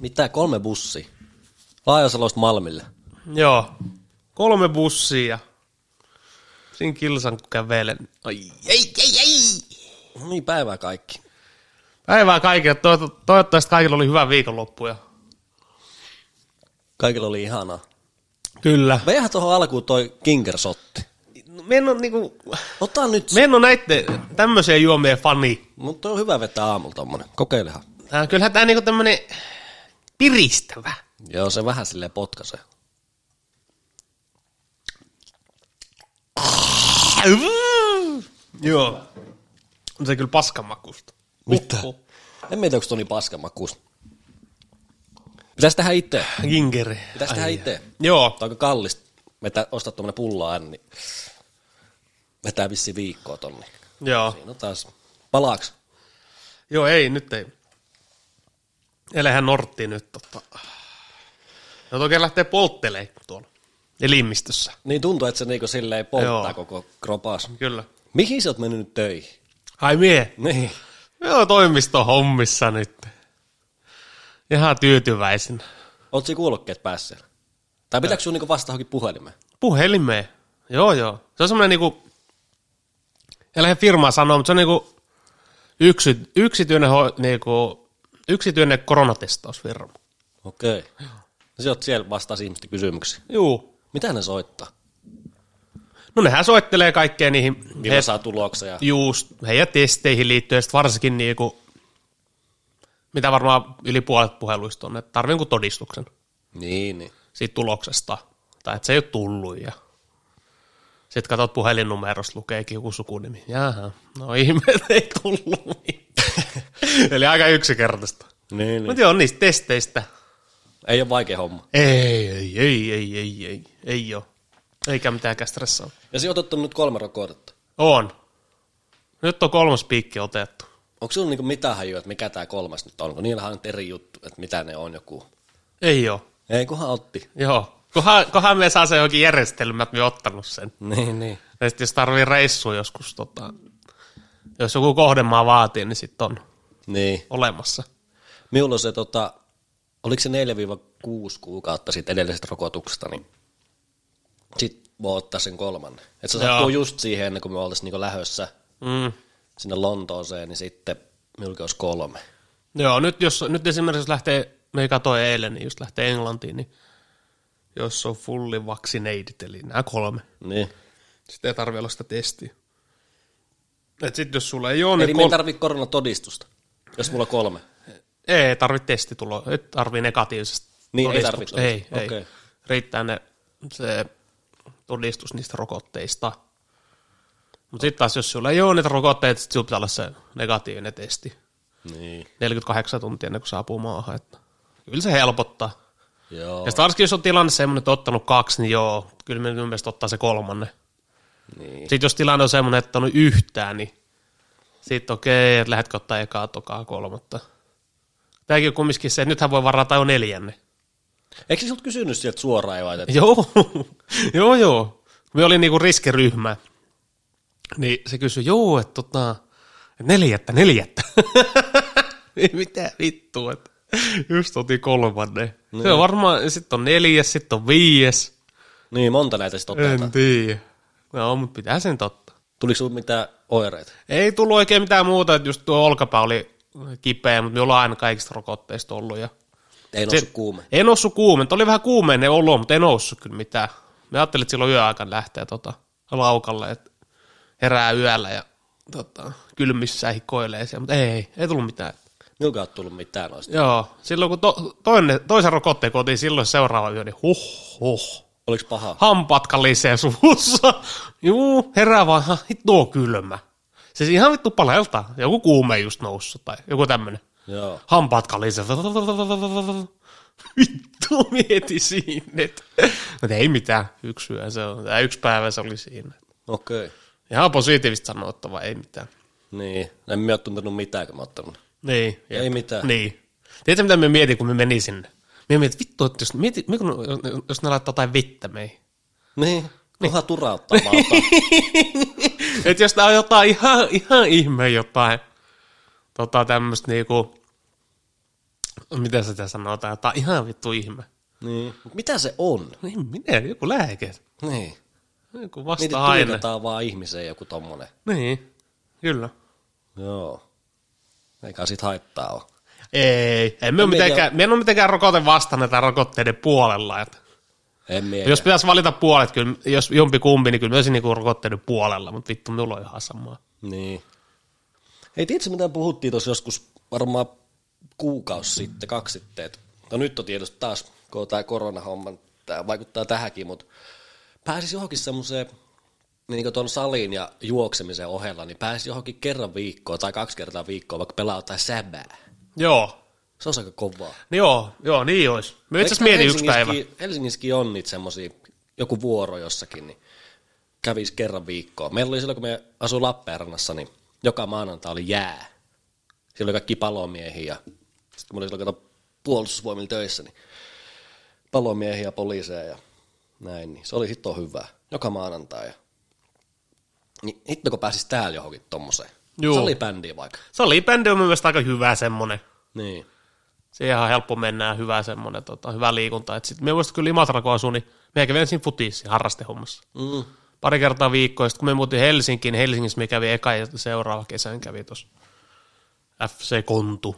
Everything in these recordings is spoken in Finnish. Mitä kolme bussi? Laajasalosta Malmille. Joo. Kolme bussia. Siinä kilsan kun kävelen. Ai, ei, ei, ei. No Niin päivää kaikki. Päivää kaikille. Toivottavasti toivottavasti kaikilla oli hyvä viikonloppu. Ja... Kaikilla oli ihanaa. Kyllä. Veihän tuohon alkuun toi kinkersotti. Me en ole, niinku, Ota nyt. me en ole näiden tämmöisiä juomien fani. Mutta on hyvä vetää aamulla tommonen. Kokeilehan. Tää, kyllähän tämä niinku tämmönen piristävä. Joo, se vähän silleen potkaisee. Joo. On se kyllä paskamakusta. Mitä? Uhuh. En mietiä, onko toi niin paskamakuus. Pitäis tehdä itse. Ginkeri. Pitäis tehdä itse. Joo. Tämä on aika kallista. Vetää, ostaa tuommoinen pullo aina, niin vetää vissiin viikkoa tonni. Joo. No taas, palaaks? Joo, ei, nyt ei. Elehän nortti nyt. Tota. No toki lähtee polttelee tuolla elimistössä. Niin tuntuu, että se niinku silleen polttaa Joo. koko kropas. Kyllä. Mihin sä oot mennyt nyt töihin? Ai mie, Niin. joo toimisto hommissa nyt. Ihan tyytyväisenä. Oot sä kuulokkeet päässä? Tai pitääkö sun niinku vastata johonkin puhelimeen? Puhelimeen. Joo, joo. Se on semmoinen niinku, ei lähde firmaa sanoa, mutta se on niinku yksity, yksityinen, ho, niinku, yksityinen koronatestausfirma. Okei. Okay. Sä oot siellä vastaas ihmisten kysymyksiin. Joo. Mitä ne soittaa? No nehän soittelee kaikkea niihin. Milloin saa tuloksia? just heidän testeihin liittyen, sit varsinkin niinku, mitä varmaan yli puolet puheluista on, että tarvii jonkun todistuksen Niin, niin. siitä tuloksesta, tai että se ei ole tullut, ja sitten katsot puhelinnumerosta, lukeekin joku sukunimi. Jaha, no ihme, ei tullut mitään. Eli aika yksinkertaista. Niin, niin. Mutta joo, niistä testeistä. Ei ole vaikea homma. Ei, ei, ei, ei, ei, ei, ei ole. Eikä mitäänkään stressaa. Ja sä oot ottanut nyt kolme rokotetta. On. Nyt on kolmas piikki otettu. Onko sulla niinku mitään hajua, että mikä tämä kolmas nyt on? Onko niillä on nyt eri juttu, että mitä ne on joku? Ei ole. Ei, kunhan otti. Joo. Kohan, kohan me saa se johonkin järjestelmä, että me ottanut sen. Niin, niin. Ja sitten jos tarvii reissua joskus, tota, jos joku kohdemaa vaatii, niin sitten on Niin. olemassa. Minulla on se, tota, oliko se 4-6 kuukautta siitä edellisestä rokotuksesta, niin sit voi ottaa sen kolmannen. Et se Joo. sattuu just siihen, ennen kuin me oltaisiin niinku lähössä Mm. sinne Lontooseen, niin sitten minulla olisi kolme. Joo, nyt, jos, nyt esimerkiksi jos lähtee, me katsoin eilen, niin just lähtee Englantiin, niin jos on fully vaccinated, eli nämä kolme, Niin. sitten ei tarvitse olla sitä testiä. Et sit jos sulla ei ole, Eli niin me ei kol- tarvitse koronatodistusta, jos mulla on kolme. ei tarvitse testituloa, et tarvii negatiivisesta Niin, ei todistuksesta. tarvitse. Ei, ei. Okei. Riittää ne, se todistus niistä rokotteista. Mutta sitten taas, jos sulla ei ole niitä rokotteita, sitten sulla pitää olla se negatiivinen testi. Niin. 48 tuntia ennen kuin saapuu maahan. Että kyllä se helpottaa. Joo. Ja sit varsinkin, jos on tilanne semmoinen, että on ottanut kaksi, niin joo, kyllä minun mielestä ottaa se kolmannen. Niin. Sitten jos tilanne on semmoinen, että on yhtään, niin sitten okei, että lähdetkö ottaa ekaa, tokaa, kolmatta. Tämäkin on kumminkin se, että nythän voi varata jo neljänne. Eikö sinut kysynyt sieltä suoraan jo, että Joo, joo, joo. Me oli niinku riskiryhmä. Niin se kysyi, joo, että tota, et neljättä, neljättä. Ei mitään vittua, että just otin kolmannen. Se on varmaan, sitten on neljäs, sitten on viies. niin monta näitä sitten En otetaan? tiedä. No, mutta pitää sen totta. Tuliko sinulla mitään oireita? Ei tullut oikein mitään muuta, että just tuo olkapää oli kipeä, mutta me ollaan aina kaikista rokotteista ollut. Ja Ei noussut kuume. ei noussut kuumenta, oli vähän kuumeinen olo, mutta ei noussut kyllä mitään. Me ajattelin, että silloin yöaikaan lähtee tota, laukalle, että herää yöllä ja tota, kylmissä hikoilee siellä, mutta ei, ei tullut mitään. Minulkaan ei tullut mitään noista. Joo, silloin kun to, toinen, toisen rokotteen kotiin, silloin seuraava yö, niin huh, huh. Oliko paha? Hampaat kalisee suussa. Juu, herää vaan, ha, hittu on kylmä. Siis ihan vittu palelta. Joku kuume just noussut tai joku tämmönen. Joo. Hampaat kalisee. Vittu mieti siinä. et. Mutta ei mitään. Yksi yö se on. Tai yksi päivä se oli siinä. Okei. Okay. Ihan positiivista sanottavaa, ei mitään. Niin. En minä ole tuntenut mitään, kun mä oon ottanut. Niin. Ei mitään. Niin. Tiedätkö, mitä me mietin, kun me meni sinne? Me mietin, että vittu, että jos, mieti, me kun, jos ne laittaa jotain vettä meihin. Niin. Kunhan turauttaa valtaa. Et jos tää on jotain ihan, ihan ihme jotain tota tämmöstä niinku Mitä sitä sanotaan? Tämä on ihan vittu ihme. Niin. Mut mitä se on? Niin minä, joku lääke. Niin. Joku Niitä vasta-aine. tuijotetaan vaan ihmiseen joku tommonen. Niin, kyllä. Joo. Eikä sit haittaa ole. Ei, en me, ole meillä- mitenkään, me en ole mitenkään rokote vastanne tai rokotteiden puolella. Että En miekään. jos pitäisi valita puolet, kyllä, jos jompi kumpi, niin kyllä myös niinku rokotteiden puolella, mutta vittu, minulla on ihan samaa. Niin. Hei, tiedätkö mitä puhuttiin tuossa joskus varmaan kuukausi sitten, kaksi sitten, että no nyt on tietysti taas, kun tämä koronahomma, tämä vaikuttaa tähänkin, mutta pääsis johonkin semmoiseen, niin kuin tuon salin ja juoksemisen ohella, niin pääsis johonkin kerran viikkoon tai kaksi kertaa viikkoon, vaikka pelaa jotain säbää. Joo, Se on aika kovaa. niin joo, joo, niin olisi. Me itse asiassa Eikö tää mietin yksi päivä. Helsingissäkin- Helsingissäkin on niitä semmoisia, joku vuoro jossakin, niin kävisi kerran viikkoon. Meillä oli silloin, kun me asuin Lappeenrannassa, niin joka maanantai oli jää. Siellä oli kaikki palomiehiä. Sitten kun mä olin silloin kato puolustusvoimilla töissä, niin palomiehiä ja poliiseja ja näin. Niin se oli hitto hyvää. Joka maanantai. Ja... Niin hitto, kun pääsis täällä johonkin tommoseen. Juu. Salibändiin vaikka. Se oli bändi on mun mielestä aika hyvä semmonen. Niin. Se ihan helppo mennä ja hyvä semmonen, tota, hyvä liikunta. Et sit, me muistan kyllä Imatra, kun asuu, niin me kävin ensin futiissa harrastehommassa. Mm. Pari kertaa viikkoa, ja sit kun me muutin Helsinkiin, niin Helsingissä me kävin eka ja seuraava kesän kävi tuossa FC Kontu.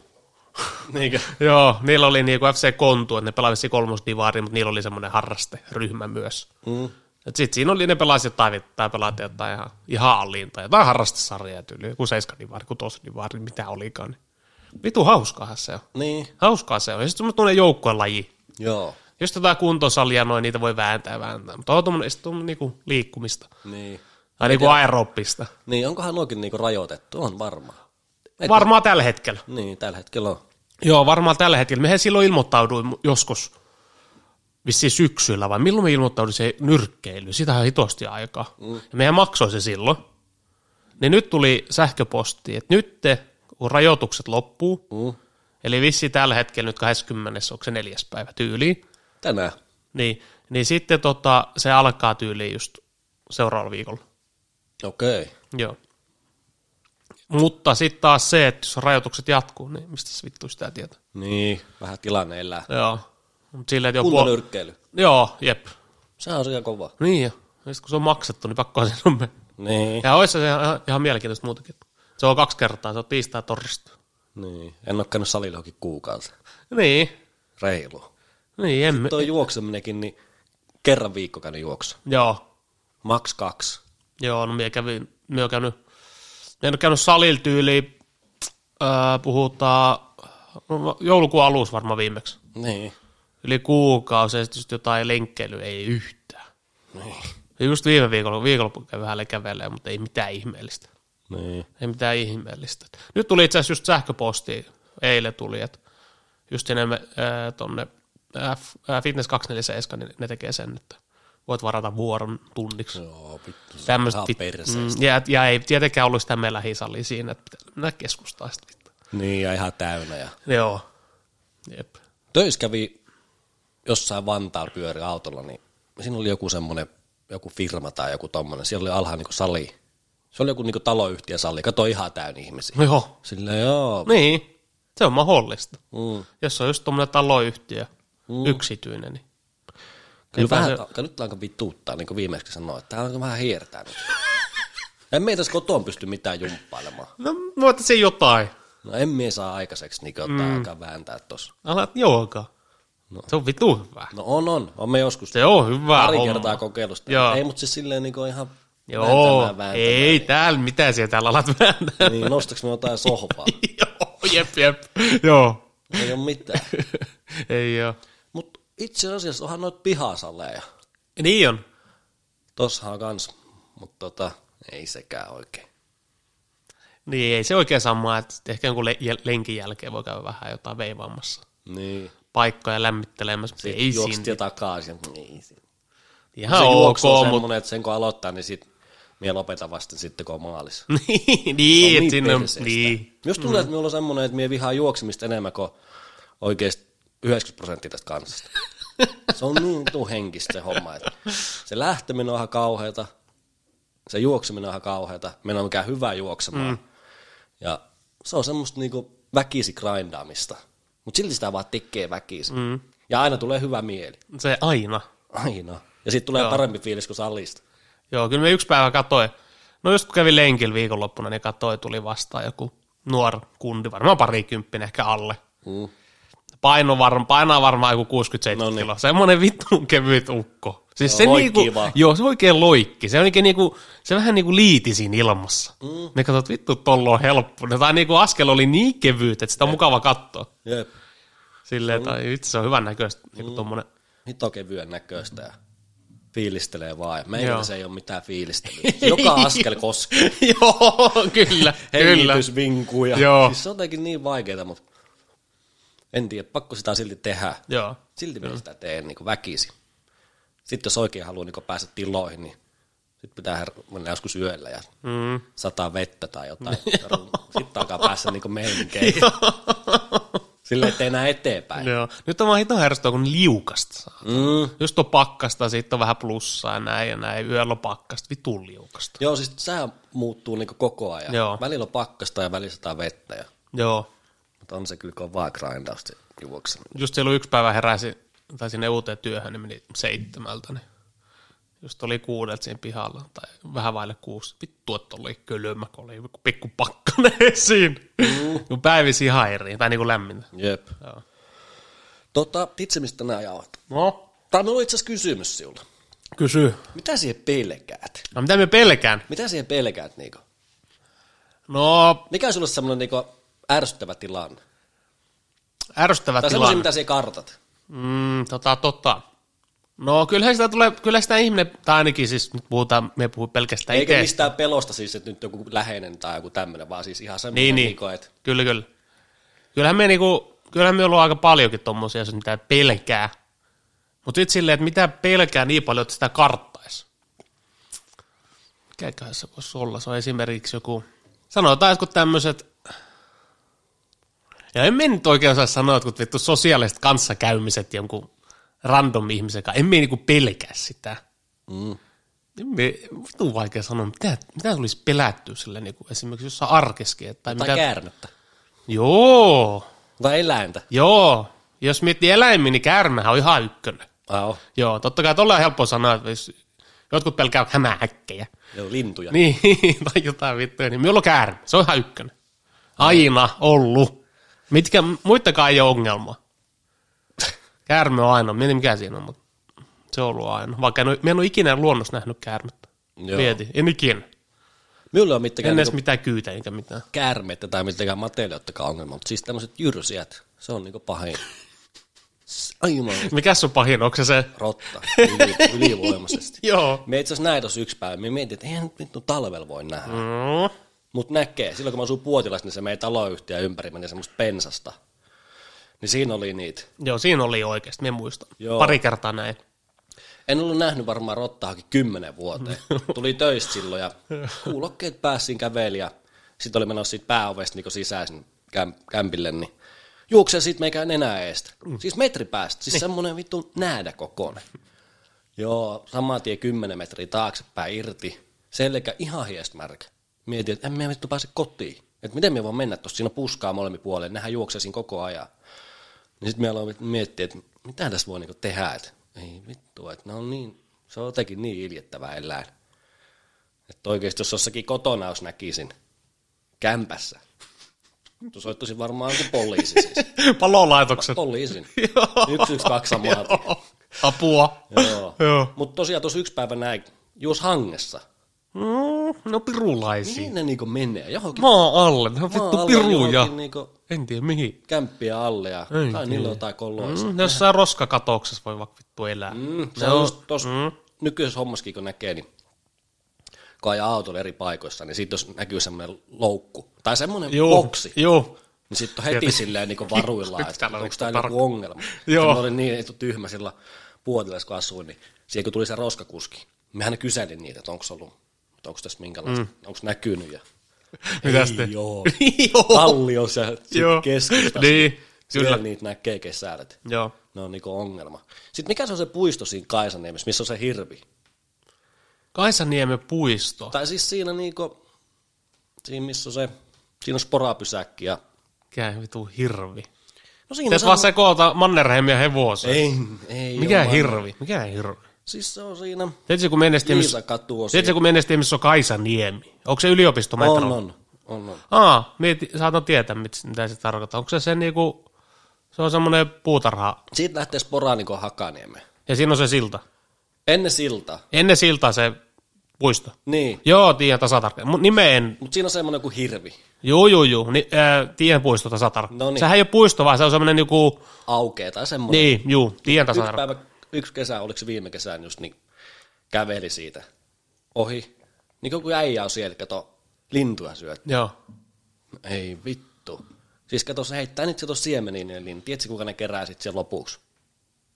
Niinkö? Joo, niillä oli niinku FC Kontu, että ne pelasivat kolmosdivaari, mutta niillä oli semmoinen harrasteryhmä myös. Mm. Et sit siinä oli, ne pelasi jotain, vit- tai pelasi jotain ihan, ihan aliin, tai jotain harrastesarjaa tyyliä, joku seiskadivaari, kutosdivaari, mitä olikaan. Niin. Vitu hauskaahan se on. Niin. Hauskaa se on. Ja sitten tuommoinen joukkueen laji. Joo. Jos tätä kuntosalia noin, niitä voi vääntää ja vääntää. Mutta on tuommoinen, sitten on niinku liikkumista. Niin. Tai niinku aeroppista. Niin, onkohan nuokin niinku rajoitettu? On varmaan. Et- Varmaan tällä hetkellä. Niin, tällä hetkellä on. Joo, varmaan tällä hetkellä. Mehän silloin ilmoittauduin joskus vissiin syksyllä, vai milloin me ilmoittauduin se nyrkkeily? Sitähän on hitosti aikaa. Mm. Ja mehän maksoi se silloin. Niin nyt tuli sähköposti, että nyt te, kun rajoitukset loppuu, Mm. eli vissi tällä hetkellä nyt 20. onko se neljäs päivä tyyliin, Tänään. niin, niin sitten tota, se alkaa tyyliin just seuraavalla viikolla. Okei. Okay. Joo. Mutta sitten taas se, että jos rajoitukset jatkuu, niin mistä se vittu sitä tietää? Niin, vähän tilanne elää. Joo. Mutta silleen, että joku... on- Kuntonyrkkeily. Joo, jep. Se on ihan kova. Niin ja. Sitten kun se on maksettu, niin pakkohan sen on mennä. Niin. Ja olisi se ihan, ihan mielenkiintoista muutakin. Se on kaksi kertaa, se on tiistai ja torstai. niin. En ole käynyt salilla johonkin kuukausi. Niin, Reilu. niin emme. Tuo juokseminenkin, niin kerran viikko käynyt juoksu. Joo, Max kaksi. joo, no minä kävin, minä olen käynyt, minä en ole käynyt salilla tyyliin, öö, puhutaan no, joulukuun alussa varmaan viimeksi. Niin. Yli kuukausi ja sitten just jotain lenkkeilyä, ei yhtään. Niin. Ja just viime viikolla, viikonloppu kävi vähän kävelee, mutta ei mitään ihmeellistä. Niin. Ei mitään ihmeellistä. Nyt tuli itse asiassa just sähköposti, eilen tuli, että just sinne ää, tonne ää, F, ää, Fitness 247, niin ne tekee sen, että voit varata vuoron tunniksi. Joo, vittu. se on Tämmöset ihan vit- perseestä. mm, ja, ja, ei tietenkään ollut sitä meillä hisallia siinä, että pitää mennä keskustaa sitä vittu. Niin, ja ihan täynnä. Ja. Joo. Jep. Töissä kävi jossain Vantaalla pyöri autolla, niin siinä oli joku semmoinen, joku firma tai joku tommonen. Siellä oli alhaalla niinku sali. Se oli joku niinku taloyhtiön sali. Kato ihan täynnä ihmisiä. No joo. Sillä joo. Niin. Se on mahdollista. Mm. Jos on just tuommoinen taloyhtiö, yksityinen, niin Kyllä Kyllä vähän, se... nyt alkaa vittuuttaa, niin kuin viimeksi sanoin, että tämä on vähän hiertää nyt. en mie tässä kotoon pysty mitään jumppailemaan. no voitaisiin jotain. No en mie saa aikaiseksi, niin ottaa mm. aikaa vääntää tossa. Alat joogaa. No. Se on vitu hyvä. No on, on. On me joskus Se on hyvä pari homma. kertaa kokeillut sitä. Joo. Ei, mutta siis silleen niin kuin ihan Joo, vääntämään, vääntämään. ei täällä, mitä siellä täällä alat vääntää. Niin, nostaks me jotain sohvaa? Joo, jep, jep, joo. Ei ole mitään. ei joo. Mutta itse asiassa onhan noita pihasaleja. Niin on. Tossahan on kans, mutta tota, ei sekään oikein. Niin, ei se oikein sama, että sitten ehkä jonkun le- jäl- lenkin jälkeen voi käydä vähän jotain veivaamassa Niin. paikkoja lämmittelemässä, mutta ei siinä. Juoksit jo takaisin. Niin, se Ihan ok, juoksu on mutta semmonen, että sen kun aloittaa, niin sit minä lopetan vasta sitten, kun on maalissa. niin, niin, On että sinne on, perseestä. niin. Jos tulee, että minulla on semmoinen, että minä vihaan juoksemista enemmän kuin oikeasti 90 prosenttia tästä kansasta. Se on niin tuu henkistä se homma. Että se lähteminen on ihan kauheata, se juokseminen on ihan kauheata, meillä on mikään hyvä juoksemaan. Mm. Ja se on semmoista niinku väkisi grindaamista. Mutta silti sitä vaan tekee väkisin. Mm. Ja aina tulee hyvä mieli. Se aina. Aina. Ja sitten tulee Joo. parempi fiilis kuin salista. Joo, kyllä me yksi päivä katsoin. No just kun kävin lenkillä viikonloppuna, niin katsoin, tuli vastaan joku nuori kundi, varmaan parikymppinen ehkä alle. Mm. Paino varma, painaa varmaan joku 60-70 No niin. kiloa. Semmoinen vitun kevyt ukko. Siis Joo, se, loikkii niinku, vaan. joo, se oikein loikki. Se, on oikein niinku, se vähän niinku liiti siinä ilmassa. Mm. Me katsot, vittu, tolla on helppo. No, Tämä niinku askel oli niin kevyt, että sitä on mukava katsoa. Jep. Silleen, Mm. että ai vitsi, se on hyvän näköistä. Niinku tommonen. Nyt on kevyen Niin näköistä ja fiilistelee vaan. Ja Joo. Meillä se ei ole mitään fiilistelyä. Joka askel koskee. joo, kyllä, kyllä. Hengitysvinkuu ja Joo. Siis se on jotenkin niin vaikeaa, mutta en tiedä, pakko sitä silti tehdä. Joo. Silti minä sitä teen niin väkisin. Sitten jos oikein haluaa niin päästä tiloihin, niin sitten pitää her- mennä joskus yöllä ja Mm. sataa vettä tai jotain. sitten alkaa päästä niin meininkeihin. Silleen, ettei enää eteenpäin. Joo. Nyt on vaan hito härstoa, kun liukasta saa. Mm. Just on pakkasta, siitä on vähän plussaa ja näin ja näin. Yöllä on pakkasta, vitun liukasta. Joo, siis sää muuttuu niin koko ajan. Joo. Välillä on pakkasta ja välillä sataa vettä. Ja, Joo. mutta on se kyllä kovaa grindausta juokseminen. Just silloin yksi päivä heräsi, tai sinne uuteen työhön, niin meni seitsemältä, niin just oli kuudelta siinä pihalla, tai vähän vaille kuusi. Vittu, että oli kylmä, kun oli joku pikku pakkanen siinä. Mm. Päivisi ihan eri, tai niinku lämmintä. Jep. Joo. Tota, itse mistä tänään jaot? No, Tämä on itse asiassa kysymys sinulle. kysy. Mitä siihen pelkäät? No mitä me pelkään? Mitä siihen pelkäät, Niko? No, Mikä on sulle semmoinen niinku ärsyttävä tilanne? ärsyttävä Tai tilanne. semmoisia, mitä sinä kartat? Mm, tota, tota. No kyllähän sitä tulee, kyllä sitä ihminen, tai ainakin siis nyt puhutaan, me puhu pelkästään Eikä itse. mistään pelosta siis, että nyt joku läheinen tai joku tämmöinen, vaan siis ihan semmoinen, Niin, niin, niin. Niko, että Kyllä, kyllä. Kyllähän me niinku, kyllähän me ollaan aika paljonkin tommosia, asioita, mitä pelkää. Mutta sitten silleen, että mitä pelkää niin paljon, että sitä karttaisi. Mikäköhän se voisi olla? Se on esimerkiksi joku, sanotaan jotkut tämmöiset, ja en mä nyt oikein osaa sanoa, että vittu sosiaaliset kanssakäymiset jonkun random ihmisen kanssa, en mä niinku pelkää sitä. mm, En mä- Vittu vaikea sanoa, mitä, mitä tulisi pelättyä sille niinku, esimerkiksi jossain arkeskin. että- Tai tai mitä, käärmettä. Joo, Tai eläintä. joo. Jos miettii eläimiä, niin käärmehän on ihan ykkönen. Joo, Joo, totta kai tuolla on helppo sanoa, että jos jotkut pelkää hämähäkkejä. joo lintuja. Niin. Niin, tai jotain vittuja, niin minulla on käärme. Se on ihan ykkönen. Aina ollut. Mitkä, muittakaan ei ole ongelma. Käärme on aina, mietin mikä siinä on, mutta se on ollut aina. Vaikka en ole, en ole ikinä luonnossa nähnyt käärmettä. Joo. Mieti, en ikinä. Minulla on mitään En edes niinku mitään kyytä eikä mitään. käärmettä tai mitään matelijoittakaan ongelma, mutta siis tämmöiset jyrsijät, se on niinku pahin. S- Aivan Mikäs on pahin, onko se se? rotta yli, ylivoimaisesti. Joo. Me itse asiassa näin tuossa yksi päivä, me mietin, että eihän nyt vittu talvella voi nähdä. Mm. Mm. Mutta näkee, silloin kun mä asun Puotilassa, niin se meidän taloyhtiö ympäri meni semmoista pensasta. Niin siinä oli niitä. Joo, siinä oli oikeasti, me muistan. Joo. Joo. Pari kertaa näin. En ollut nähnyt varmaan rottaakin kymmenen vuoteen. Tuli töistä silloin ja kuulokkeet päässin käveli ja sitten oli menossa siitä pääovesta niin sisään sinne käm, kämpille, niin juoksee siitä meikään enää eestä. Siis metri päästä, siis semmoinen vittu näädä kokoinen. Joo, saman tien kymmenen metriä taaksepäin irti, selkä ihan hiestmärkä. Mietin, että en mä vittu pääse kotiin. Että miten me voin mennä tuossa, siinä on puskaa molemmin puolin, nehän juoksee siinä koko ajan. Niin sitten me aloin miettiä, että mitä tässä voi niinku tehdä, että ei vittu, että ne on niin, se on jotenkin niin iljettävä eläin. Että oikeasti jos jossakin kotona jos näkisin, kämpässä, tu soittaisin varmaan joku poliisi siis. Palolaitokset. Poliisin. Yksi, yksi, kaksi samaa. tien. Apua. Joo. Joo. Mutta tosiaan tuossa yksi päivä näin, juos hangessa. Mm, no pirulaisia. Mihin ne niinku menee? Johonkin Maa alle, ne on maan vittu alle, piruja. johonkin niinku En tiedä mihin. kämppiä alle ja tai niillä on jotain koloissa. Mm, ne jossain roskakatoksessa voi vaikka vittu elää. No, Mm, se on just tuossa mm. nykyisessä hommassakin, kun näkee, niin kun ajaa autolla eri paikoissa, niin sitten jos näkyy semmoinen loukku tai semmoinen Joo, boksi, Joo. niin sitten on heti silleen niin Nyt varuillaan, että täällä on onko joku tämä tarkka. joku ongelma. Joo. Joo. Mä olin niin etu tyhmä sillä puolilais, kun asuin, niin siihen kun tuli se roskakuski, mehän ne kyselin niitä, että onko ollut, että onko tässä minkälaista, mm. onko näkynyt ja Mitäs Ei te? joo. joo. kallios ja Joo. sitten keskustassa. Niin, Siellä kyllä. niitä näkee kesällä. että Joo. Ne on niinku ongelma. Sitten mikä se on se puisto siinä Kaisaniemessä, missä on se hirvi? Kaisaniemen puisto. Tai siis siinä niinku, siinä missä on se, siinä on sporapysäkki ja Mikä vitu hirvi. no No siinä Pitäis vaan sekoota Mannerheimia hevoseen. Ei, ei Mikä oo vaan. hirvi? Mikä hirvi? Siis se on siinä Tiedätkö, kun menestien, missä, Liisa-katu on siinä. tiedätkö, kun menestien, missä on Kaisa Niemi? Onko se yliopistometro? On, on, on, on. Aa, mieti, saatan tietää, mit, mitä se tarkoittaa. Onko se se niinku, se on semmoinen puutarha, Siitä lähtee Sporanikon Hakaniemeen. ja siinä on se silta. Ennen silta. Ennen siltaa se puisto. Niin. Joo, tiedän tasatarkkaan. Mun nimeen, Mutta siinä on semmoinen kuin hirvi. juu, juu, juu, ni, äh, tiedän puisto tasatarkkaan. No niin. Sehän ei ole puisto, vaan se on semmoinen niinku, Aukee tai semmoinen. niin, juu, tiedän Yksi tasatarkkaan. päivä, yksi kesä, oliko se viime kesään just, niin käveli siitä ohi. Niin kuin kun äijä on siellä, kato, lintuja syöt. Joo. Ei vittu. Siis kato, se heittää nyt se tuossa siemeniin ne lintu. Tiedätkö, kuinka ne kerää sitten siellä lopuksi?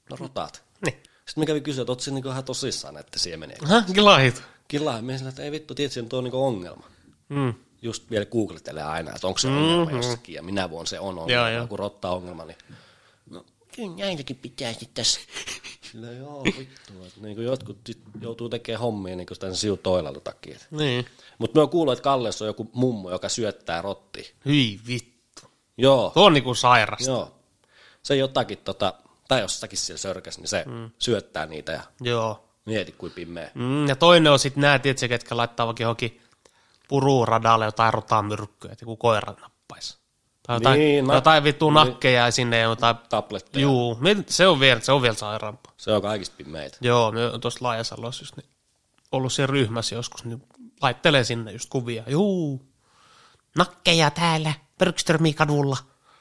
No rotaat. Niin. Sitten me kävi kysyä, että oot sä niinku ihan tosissaan näitä siemeniä. Häh, kilahit. Kilaa, minä sanoin, että ei vittu, tiedätkö, tuo on niinku ongelma. Mm. Just vielä googlettelee aina, että onko se ongelma mm-hmm. jossakin, ja minä vuonna se on Mhm. Joo, ongelma, joo. joo, kun rottaa ongelma, niin no, kyllä ainakin pitäisi tässä. No joo, vittu, että niin kuin jotkut sit joutuu tekemään hommia niin kuin tämän siutoilalta takia. Niin. Mutta me on kuullut, että Kallessa on joku mummo, joka syöttää rotti. Hyi vittu. Joo, Tuo on niinku sairas. joo. Se jotakin, tota, tai jossakin siellä sörkäs, niin se mm. syöttää niitä ja Joo. mieti kuin pimeä. Mm, ja toinen on sitten nämä, tiedätkö, ketkä laittaa vaikka johonkin pururadalle jotain rotamyrkkyä, että joku koira nappaisi. Tai jotain, Niin, tai nap- jotain vittu nakkeja ja sinne jotain. Tabletteja, Juu. Juu, me- se on vielä, se on vielä sairaampaa. se on kaikista pimeitä. Joo, me on tuossa Laajasalossa just niin, ollut siellä ryhmässä joskus, niin laittelee sinne just kuvia. Juu, nakkeja täällä, Bergströmin kadulla.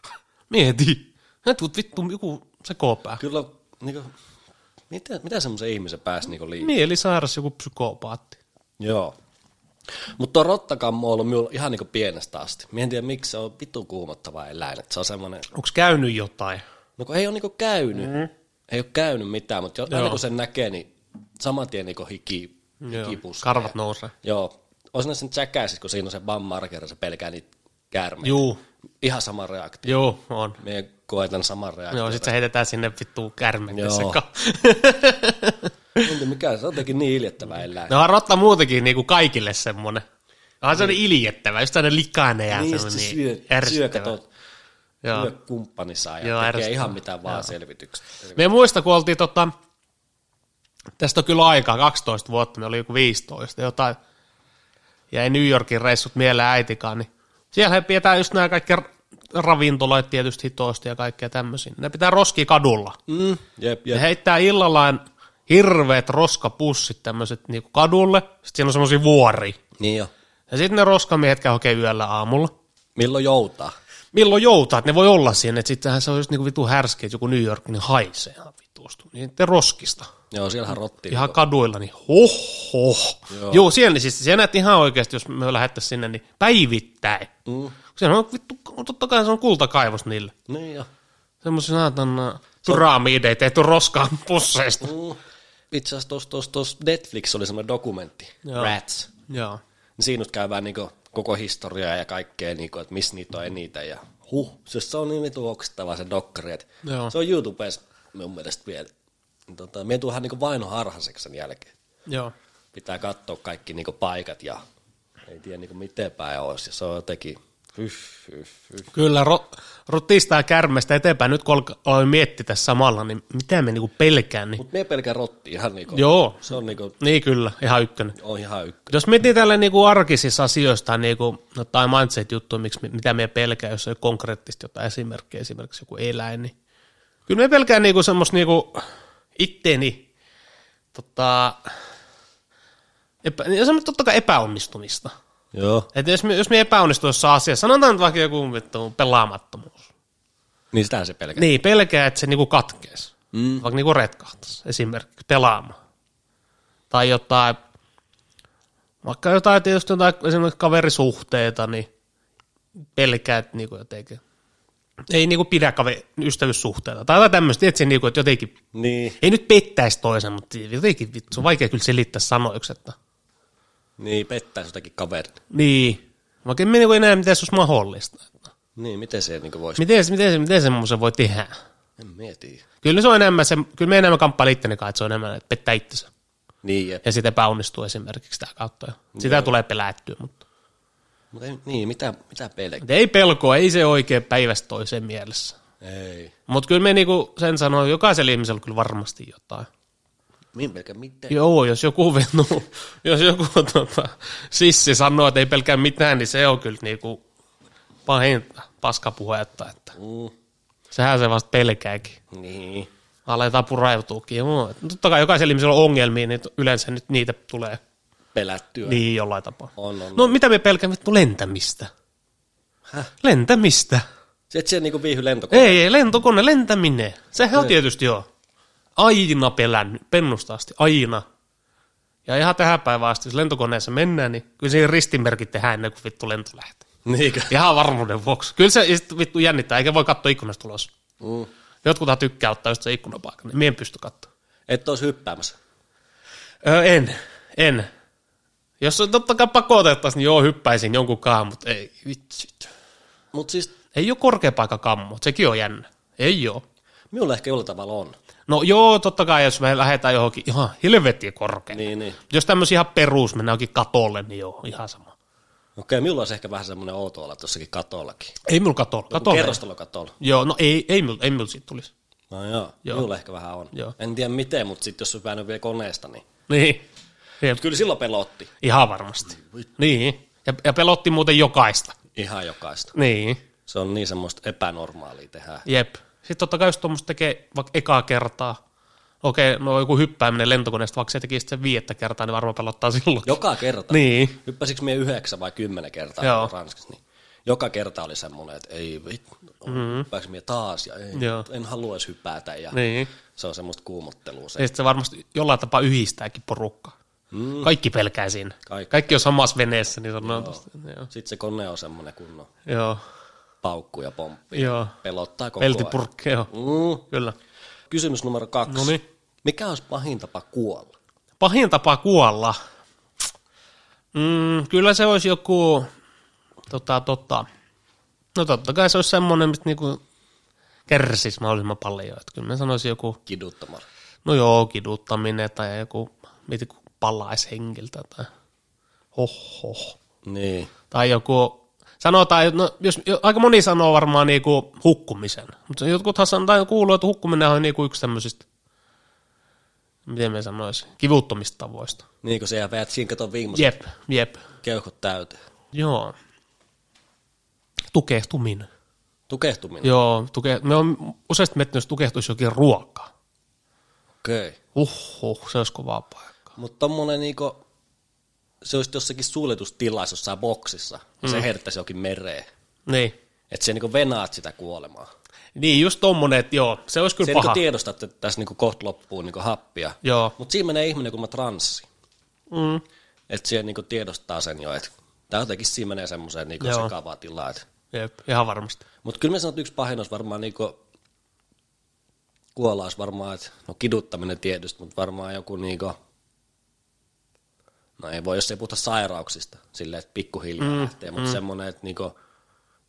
Mieti, nyt mut vittu joku sekopää. Kyllä, niin kuin, miten, miten semmoisen ihmisen pääsi niin liikkeelle? Mielisairas joku psykopaatti. Joo. Mutta tuo rottakammo on ollut minulla ihan niin pienestä asti. Mä en tiedä, miksi se on vitun kuumottava eläin. Että se on semmoinen, Onko käynyt jotain? no kun ei ole niin käynyt, mm-hmm. ei ole käynyt mitään, mutta aina kun sen näkee, niin saman tien niin hiki, Joo, hiki puskee. karvat nousee. Joo. Olisi näissä jäkäisissä, kun siinä on se bammarker, se pelkää niitä käärmeitä. Juu, Ihan sama reaktio. juu, on. Me koetan saman reaktion. Joo, sit se heitetään sinne vittuun kärmettä Joo. sekaan. Tuntuu, mikä se on jotenkin niin iljettävä eläin. No rotta muutenkin niinku kaikille semmonen. Onhan se on iljettävä, just aina likainen ja niin, niin, sit se semmonen syö, syö, ärsyttävä. katot, Joo. syö kumppaninsa ja Joo, tekee ärsyttävä. ihan mitä vaan selvitykset. Me muista, kun oltiin tota, tästä on kyllä aikaa, 12 vuotta, me oli joku 15 jotain, jäi New Yorkin reissut mieleen äitikaan, niin siellä he pidetään just nämä kaikki r- ravintolat tietysti hitoista ja kaikkea tämmöisiä. Ne pitää roski kadulla. Mm, jep, Ja jep. heittää illallaan hirveät roskapussit tämmöiset niinku kadulle. Sitten siinä on semmoisia vuori. Niin jo. Ja sitten ne roskamiehet käy hakee yöllä aamulla. Milloin joutaa? Milloin joutaa, että ne voi olla siinä. Että sittenhän se on just niinku vitu härski, että joku New York niin haisee ihan vituusti. Niin sitten roskista. Joo, siellähän rotti. Ihan kaduilla, niin hoho. Joo, Joo. Joo siellä, siis siellä näet ihan oikeasti, jos me lähettäisiin sinne, niin päivittäin. Mm, Sehän on vittu, totta kai se on kultakaivos niille. niin jo. Semmoisia saatana pyramideja tehty roskaan pusseista. Mm. Itse asiassa tuossa tos, tos Netflix oli semmoinen dokumentti, Joo. Joo. Rats. Joo. Niin siinä nyt käydään niinku koko historiaa ja kaikkea, niinku, että missä niitä on eniten. Ja huh, se, se on niin vitu oksettava se dokkari. et Joo. Se on YouTubessa mun mielestä vielä. Tota, me tuohan niinku vaino harhaseksi sen jälkeen. Joo. Pitää katsoa kaikki niinku paikat ja ei tiedä niinku miten päin olisi. Ja se on jotenkin... Hyff, hyff, hyff. Kyllä, ro, rotista ja kärmestä eteenpäin. Nyt kun alka- aloin miettiä tässä samalla, niin mitä me niinku pelkään, niin... Mutta me pelkää rotti ihan niinku... Joo, Se on niinku... niin kyllä, ihan ykkönen. On ihan ykkö. Jos miettii tällä niinku arkisissa asioista, niinku, no, tai mindset-juttu, miksi, me- mitä me pelkää, jos ei ole konkreettisesti jotain esimerkkejä, esimerkiksi joku eläin, niin kyllä me pelkään niinku semmos niinku itteni, tota, epä, niin semmoista totta kai epäonnistumista. Joo. Et jos, me, jos me epäonnistuu jossain asiassa, sanotaan nyt vaikka joku vittu pelaamattomuus, Niin sitä se pelkää. Niin, pelkää, että se niinku katkees. Mm. Mm. Vaikka niinku retkahtaisi esimerkiksi pelaamaan. Tai jotain, vaikka jotain tietysti jotain esimerkiksi kaverisuhteita, niin pelkää, että niinku jotenkin ei niinku pidä kaveri, ystävyyssuhteita. Tai jotain tämmöistä, että, niinku, että jotenkin, Niin, ei nyt pettäisi toisen, mutta jotenkin vittu, se on vaikea kyllä selittää sanoiksi, että niin pettäisi jotakin kaverin. niin. Vaikka en mä niinku enää, miten se olisi mahdollista. Niin, miten se niinku voisi? Miten, se- miten, se- miten semmoisen voi tehdä? En mieti. Kyllä se on enemmän, se, kyllä me enemmän kamppailla itteni kanssa, että se on enemmän, että pettää itsensä. Niin, jep. Ja sitä epäonnistuu esimerkiksi tämä kautta. Ja sitä tulee pelättyä, mutta Mut ei, niin, mitä, mitä pelkää? Mut ei pelkoa, ei se oikein päivästä toiseen mielessä. Ei. Mutta kyllä me niinku sen sanoo, jokaisella ihmisellä on kyllä varmasti jotain. Min Niin, pelkä mitään. Joo, jos joku, no, jos joku tota, sissi sanoo, että ei pelkää mitään, niin se on kyllä niinku pahinta paskapuhetta. Että. Mm, Sehän se vasta pelkääkin. niin. Aletaan purautuukin. Joo. Totta kai jokaisella ihmisellä on ongelmia, niin yleensä nyt niitä tulee Pelättyä. niin jollain tapaa. On, on. No mitä me pelkäämme? No lentämistä. Häh? Lentämistä. Se, että siellä niinku viihy lentokone. Ei, ei, lentokone, lentäminen. Sehän on tietysti joo. Aina pelännyt, pennusta asti, aina. Ja ihan tähän päivään asti, jos lentokoneessa mennään, niin kyllä siihen ristimerkit tehdään ennen kuin vittu lento lähtee. Niinkö? Ihan varmuuden vuoksi. Kyllä se ja sit vittu jännittää, eikä voi katsoa ikkunasta ulos. Mm. Jotkuthan tykkää ottaa just se ikkunapaikan, niin mie en pysty katsoa. Et ois hyppäämässä. Öö, en, en. Jos on totta kai pakotettaisiin, niin joo, hyppäisin jonkun kaan, mutta ei, vitsit. Mut siis Ei ole korkea paikka kammo, sekin on jännä. Ei ole. minulla ehkä jollain tavalla on. No joo, totta kai, jos me lähdetään johonkin ihan helvetin korkealle. Niin. Niin, niin. Jos tämmöisiä ihan perus, mennään johonkin katolle, niin joo, ihan sama. Okei, minulla olisi ehkä vähän semmoinen outo olla tossakin katollakin. Ei mulla katolla. Katolle. Kerrostalokatolla. Joo, no ei, ei mulla, ei mulla siitä tulisi. No joo, joo. minulla ehkä vähän on. Joo. Joo. En tiedä miten, mutta sitten jos on päänyt vielä koneesta, niin... Niin, Jep, Mut kyllä silloin pelotti. ihan varmasti. Niin, ja, ja pelotti muuten jokaista. Ihan jokaista. Niin, Se on niin semmoista epänormaalia tehdä. jep. Sitten totta kai, jos tuommoista tekee vaikka ekaa kertaa, okei, no joku hyppääminen lentokoneesta, vaikka se tekisi sen viidettä kertaa, niin varmaan pelottaa silloin. Joka kerta. Niin, Hyppäsikö me yhdeksän vai kymmenen kertaa Joo. Joo. Ranskassa, niin joka kerta oli semmoinen, että ei vittu, mm-hmm. hyppääkö me taas ja ei, Joo. en haluaisi hypätä ja niin. se on semmoista kuumottelua se. Ja sit se varmasti jollain tapaa yhdistääkin porukkaa. Mm. Kaikki pelkää siinä. Kaikki, Kaikki. Kaikki on samassa veneessä, niin sanotaan. Joo. Joo. Sitten se kone on semmoinen kunnon Joo. paukku ja pomppu. Joo. Pelottaa koko ajan. No Peltipurkki, joo. Mm. Kyllä. Kysymys numero kaksi. Noniin. Mikä olisi pahin tapa kuolla? Pahin tapa kuolla. Mm, kyllä se olisi joku, tota, tota, no totta kai se olisi semmoinen, mistä niinku kärsisi mahdollisimman paljon. Että kyllä mä sanoisin joku, Kiduttamalla. no joo, kiduttaminen tai joku, mitä kun palaisi hengiltä tai hoho. Niin. tai joku, sanotaan, että no, jos, jo- aika moni sanoo varmaan niinku hukkumisen, mutta jotkuthan sanotaan, että kuuluu, että hukkuminen on niinku yksi tämmöisistä, miten me sanoisin, kivuttomista tavoista. Niin kun sä veät siinä katon viimeisen Jep, jep, keuhkot täyteen. joo. Tukehtuminen. Tukehtuminen. Joo, tuke, me on useasti miettinyt, jos tukehtuisi jokin ruokaa. Okei. Okay. Uhuh, se olisi kovaa paikka. Mutta tommonen niinku, se olisi jossakin suljetustilassa jossain boksissa, ja Mm. se heittäisi jokin mereen. Niin. Että se niinku venaat sitä kuolemaa. Niin, just tommonen, että joo, se olisi kyllä Se paha. niinku tiedostat, että tässä niinku kohta loppuu niinku happia. Joo. Mutta siinä menee ihminen, kun mä transsi. Mm. Että se niinku tiedostaa sen jo, että tää jotenkin siinä menee semmoiseen niinku Joo. sekavaan tilaan. Jep, ihan varmasti. Mutta kyllä mä sanon, että yksi pahin olisi varmaan niinku, kuolla olisi varmaan, että no kiduttaminen tietysti, mutta varmaan joku niinku, no ei voi, jos ei puhuta sairauksista, silleen, että pikkuhiljaa mm, lähtee, mutta mm. semmoinen, että niinku,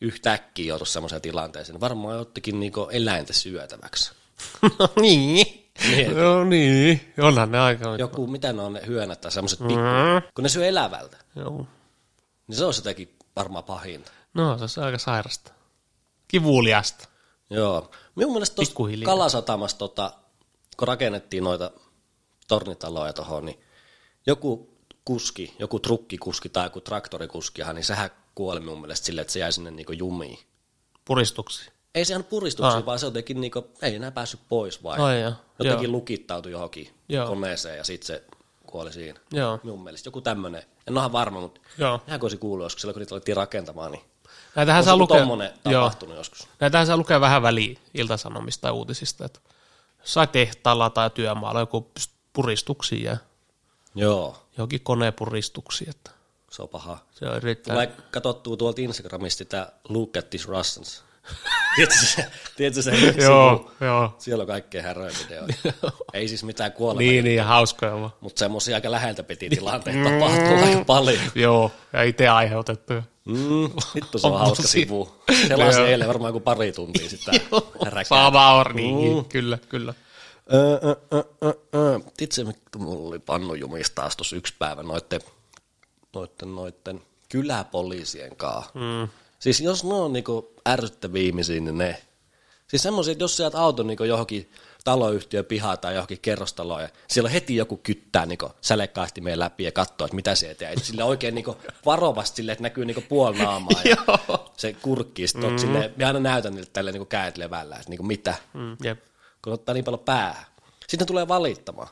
yhtäkkiä joutuisi semmoiseen tilanteeseen, niin varmaan jottikin niinku eläintä syötäväksi. No niin. Mieti. No niin, onhan ne aika. Joku, mitä ne on ne hyönät tai semmoiset pikku, Mm. kun ne syö elävältä, Joo. niin se olisi jotenkin varmaan pahinta. No, se on aika sairasta. Kivuliasta. Joo. Minun mielestä tuossa Pikkuhiljaa. Kalasatamassa, tota, kun rakennettiin noita tornitaloja tuohon, niin joku kuski, joku trukkikuski tai joku traktorikuskihan, niin sehän kuoli mun mielestä silleen, että se jäi sinne niinku jumiin. Puristuksi. Ei sehän puristuksiin, vaan se jotenkin niinku, ei enää päässyt pois vai Ah. Ai joo, jotenkin lukittautui johonkin Joo. koneeseen ja sitten se kuoli siinä. Joo. Minun mielestä joku tämmöinen, en ole ihan varma, mutta Joo. ihan kun se kuului joskus, silloin kun niitä alettiin rakentamaan, niin Näitähän saa on lukea. tommonen Joo. tapahtunut joskus. Näitähän saa lukea vähän väliin iltasanomista tai uutisista. Että jossain tehtaalla tai työmaalla joku puristuksiin ja Joo, johonkin konepuristuksiin. Että se on paha. se on erittäin... Tulee katsottua tuolta Instagramista sitä Look at these Russians. tiedätkö, se- tiedätkö se? sivu? joo. Siellä on kaikkea häröä videoita. Ei siis mitään kuolema, niin. Niin, niin, ja hauskoja vaan. mutta semmoisia aika läheltä piti tilanteita Mm. tapahtuu aika paljon. Joo, ja itse aiheutettu. Mm, vittu se On on hauska tosi- sivu. Selasin Joo. eilen varmaan joku pari tuntia sitä häräkää. Sama on, niin, Mm. kyllä, kyllä. Ö, ö, ö, ö, ö. Itse vittu, mulla oli pannujumis taas tuossa yksi päivä noitten, noitten, noitten kyläpoliisien kanssa. Mm. Siis jos ne on niinku ärsyttäviä ihmisiä, niin ne, Siis semmoisia, että jos sä jäät auton niin johonkin taloyhtiön pihaan tai johonkin kerrostaloon, ja siellä heti joku kyttää niin sälekkaasti meidän läpi ja katsoo, että mitä se tekee. Sillä oikein niin varovasti sille, että näkyy niin puoli naamaa ja Joo. se kurkkii. Sitten mm. silleen, mä aina näytän niille tälle niin käet levällä, että niin mitä, Mm, jep. kun ottaa niin paljon päähän. Sitten ne tulee valittamaan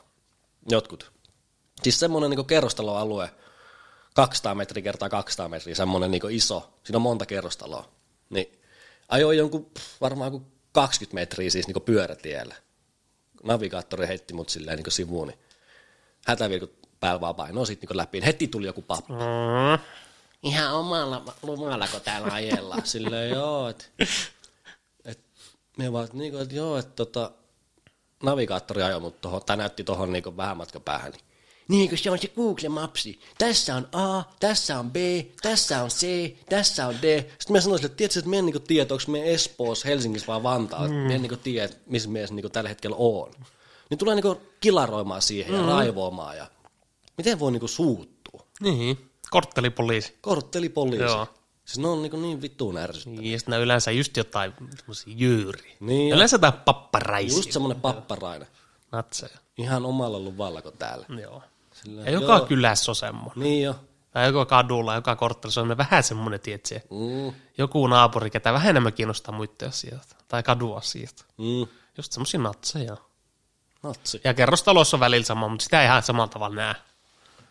jotkut. Siis semmoinen niin kerrostaloalue, 200 metriä kertaa 200 metriä, semmoinen niin iso, siinä on monta kerrostaloa, niin ajoi jonkun pff, varmaan joku 20 metriä siis niin pyörätiellä. Navigaattori heitti mut silleen niin sivuun, niin hätävilkut päällä vaan painoi sitten niin läpi. Heti tuli joku pappi. Mm. Ihan omalla lumalla, kun täällä ajellaan. Silleen joo, että me vaan, niin kuin, että joo, että tota, navigaattori ajoi mut tohon, tai näytti tohon niin vähän matkan päähän. Niin. niin kun se on se Google Mapsi. Tässä on A, tässä on B, tässä on C, tässä on D. Sitten mä sanoin sille, että tiedätkö, että me en niin tiedä, onko me Espoossa, Helsingissä vai Vantaalla. Mm. Me en niin tiedä, että missä mies niin tällä hetkellä on. Niin tulee niin kilaroimaan siihen ja raivoamaan. Ja miten voi niin suuttua? Niin, korttelipoliisi. Korttelipoliisi. Joo. Siis ne on niin, niin vittuun ärsyttäviä. Niin, ja sitten ne on yleensä just jotain semmosia jyyriä. Niin. Yleensä jotain papparaisia. Just semmoinen papparainen. Natseja. Ihan omalla luvalla kuin täällä. Joo. Sillä, Ja joka kylässä on semmoinen. Niin jo. Tai joka kadulla, joka korttelissa on vähän semmoinen, tietse. Mm, Joku naapuri, ketä vähän enemmän kiinnostaa muiden asioita. Tai kaduasioita. mm. Just semmosia natseja. Natsi. Ja kerrostaloissa on välillä sama, mutta sitä ei ihan samalla tavalla näe.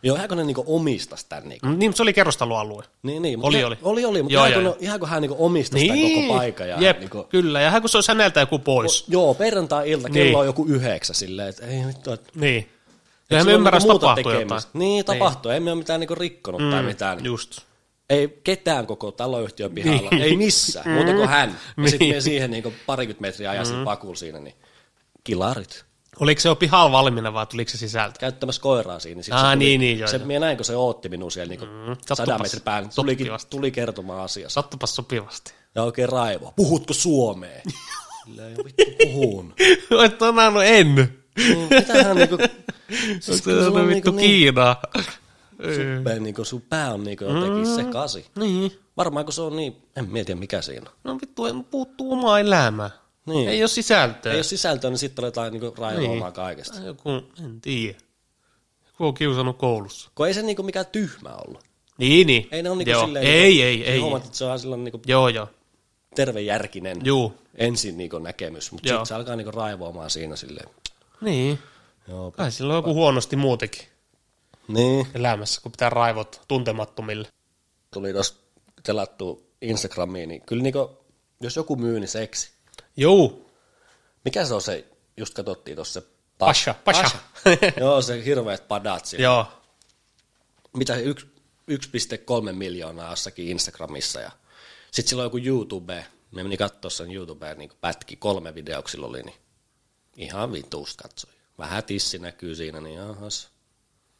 Joo, ihan kun ne niinku omistas tän niinku. Mm, Niin, se oli kerrostaloalue. Niin, niin. mut Oli, ne- oli. Oli, oli, mutta Joo, ihan, kun joo, Niin. ne- ihan kun hän niinku omistas tän koko paikan. Ja jep, Niinku, kyllä. Ja hän kun se on häneltä joku pois. joo, perjantai-ilta kello Niin. on joku yhdeksän silleen, että ei vittu, että Niin. eikö Kyllähän me sillä ole ymmärrä, jos niinku muuta tapahtuu jotain. Mm. tekemistä? Niin, tapahtuu. Ei me ole mitään niinku rikkonut tai mitään. Just. Ei ketään koko taloyhtiön pihalla, Niin. ei missään, muuta Mm. kuin hän. Ja sitten me siihen niinku parikymmentä metriä ajasin pakulla siinä, niin kilarit. Oliko se jo pihalla valmiina vai tuliko se sisältä? käyttämässä koiraa siinä. Sit Ah, se tuli, niin, niin, joo, se, joo. minä näin, kun se ootti minua siellä niin mm, sattupas. sadan metrin päällä. Sattupas Tulikin, vasta. tuli kertomaan asiasta. Sattupas sopivasti. Ja oikein raivo. Puhutko suomea? Silleen, jo vittu puhun. Et on annut en. Niin, Mitähän niinku... Siis kyllä se sulla on vittu Kiinaa. Niin, suppea, niin niinku sun pää on niinku jotenkin mm. sekasi. Niin. Varmaan kun se on niin, en mietiä mikä siinä on. No vittu, en puuttuu omaa elämää. Niin. Ei ole sisältöä. Ei ole sisältöä, niin sitten aletaan niinku raivoamaan Niin. niin. kaikesta. Joku, en tiedä. Joku on kiusannut koulussa. Kun ei se niinku mikään tyhmä ollut. Niin, niin. Ei ne on niinku Joo. silleen... Ei, niinku- ei, ne ei. Huomaat, että se on silloin niinku Joo, joo. tervejärkinen. Juu. ensin niin näkemys, mutta Joo. sitten se alkaa niin raivoamaan siinä silleen. Niin. Joo. Kai sillä on joku huonosti muutenkin Niin. elämässä, kun pitää raivot tuntemattomille. Tuli tuossa telattu Instagramiin, niin kyllä niin kuin, jos joku myy, niin seksi. Joo. Mikä se on se, just katsottiin tuossa se pa- Pasha. Pasha. Joo, se hirveät padat siellä. joo. Mitä se yks- 1,3 miljoonaa jossakin Instagramissa ja sitten silloin joku YouTube, me meni katsoa sen YouTubeen niin pätki, kolme videoksilla oli, niin ihan vituus katsoi. Vähän tissi näkyy siinä, niin jahas.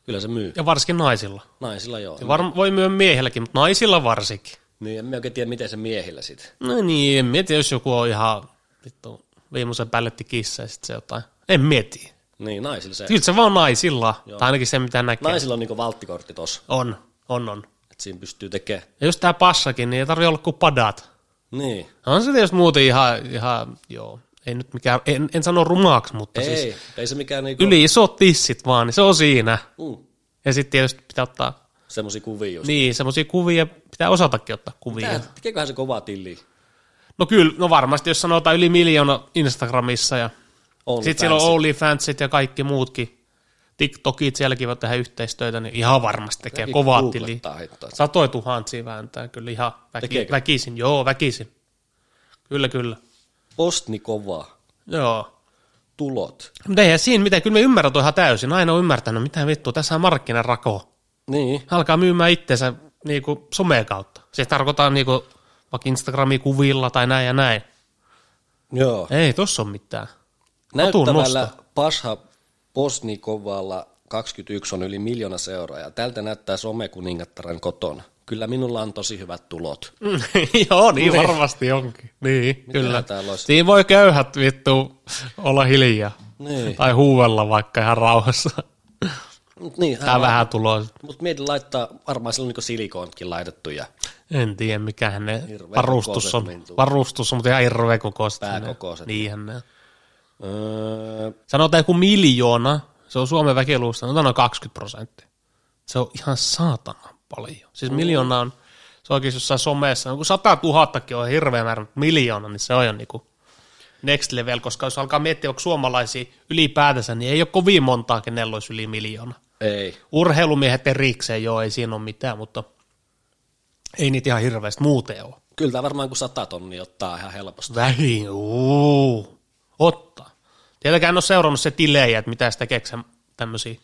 Kyllä se myy. Ja varsinkin naisilla. Naisilla joo. Ja Varm- voi myö miehelläkin, mutta naisilla varsinkin. Niin, en mä oikein tiedä, miten se miehillä sitten. No niin, en mieti, jos joku on ihan vittu, viimeisen pälletti kissa ja sitten se jotain. En mieti. Niin, naisilla se. Kyllä se vaan naisilla, Joo. tai ainakin se mitä näkee. Naisilla on niinku valttikortti tossa, On, on, on. että siinä pystyy tekemään. Ja just tää passakin, niin ei tarvi olla kuin padat. Niin. On se tietysti muuten ihan, ihan joo, ei nyt mikään, en, en sano rumaaksi, mutta ei. Ei, siis siis, ei se mikään niinku, yli isot tissit vaan, niin se on siinä. mm, Ja sitten tietysti pitää ottaa, semmosia kuvia just. niin semmoisia kuvia, pitää osatakin ottaa kuvia. Tää, tekeeköhän se kovaa tilliä? No kyllä, no varmasti jos sanotaan yli miljoona Instagramissa ja On sitten siellä on OnlyFansit ja kaikki muutkin. TikTokit sielläkin voi tehdä yhteistyötä, niin ihan varmasti tekee kovaa tiliä. Satoi tuhansia vääntää, kyllä ihan väki, Tekeekö? väkisin, joo väkisin. Kyllä, kyllä. Postni kovaa. Joo. Tulot. Mutta eihän siinä mitään, kyllä me ymmärrän toi ihan täysin, aina on ymmärtänyt, mitä vittua, tässä on markkinarako. Niin. Alkaa myymään itsensä niinku someen kautta. Se tarkoittaa niinku vaikka Instagramin kuvilla tai näin ja näin. Joo. Ei tossa on mitään. Näyttävällä nosto. Pasha Posnikovalla 21 on yli miljoona seuraajaa. Tältä näyttää somekuningattaren kotona. Kyllä minulla on tosi hyvät tulot. Mm, Joo, niin varmasti onkin. Niin, kyllä. täällä olisi? Siinä voi köyhät vittu olla hiljaa. Niin. Tai huuvella vaikka ihan rauhassa. Mut niin, Tää vähän tulos. Mutta mietin laittaa, varmaan sillä on niin silikoonkin laitettu ja En tiedä, mikähän ne Hirveän varustus on. kokoiset lintuut. Varustus on, mutta ihan hirveä kokoista. Pääkokoiset. Niinhän ne on. öö, Sanotaan joku miljoona, se on Suomen väkiluvusta, no noin 20 prosenttia. Se on ihan saatana paljon. Siis miljoona on, se onkin jossain somessa, no kun 100 000kin on hirveä määrä, mutta miljoona, niin se on jo niinku next level, koska jos alkaa miettiä vaikka suomalaisia ylipäätänsä, niin ei ole kovin montaa, kenellä olisi yli miljoona. ei. Urheilumiehet erikseen, joo, ei siinä ole mitään, mutta ei niitä ihan hirveästi muuten ole. Kyllä tämä varmaan kun sata tonnia ottaa ihan helposti. Vähin, uu, ottaa. Tietenkään en ole seurannut se tilejä, että mitä sitä keksä tämmöisiä,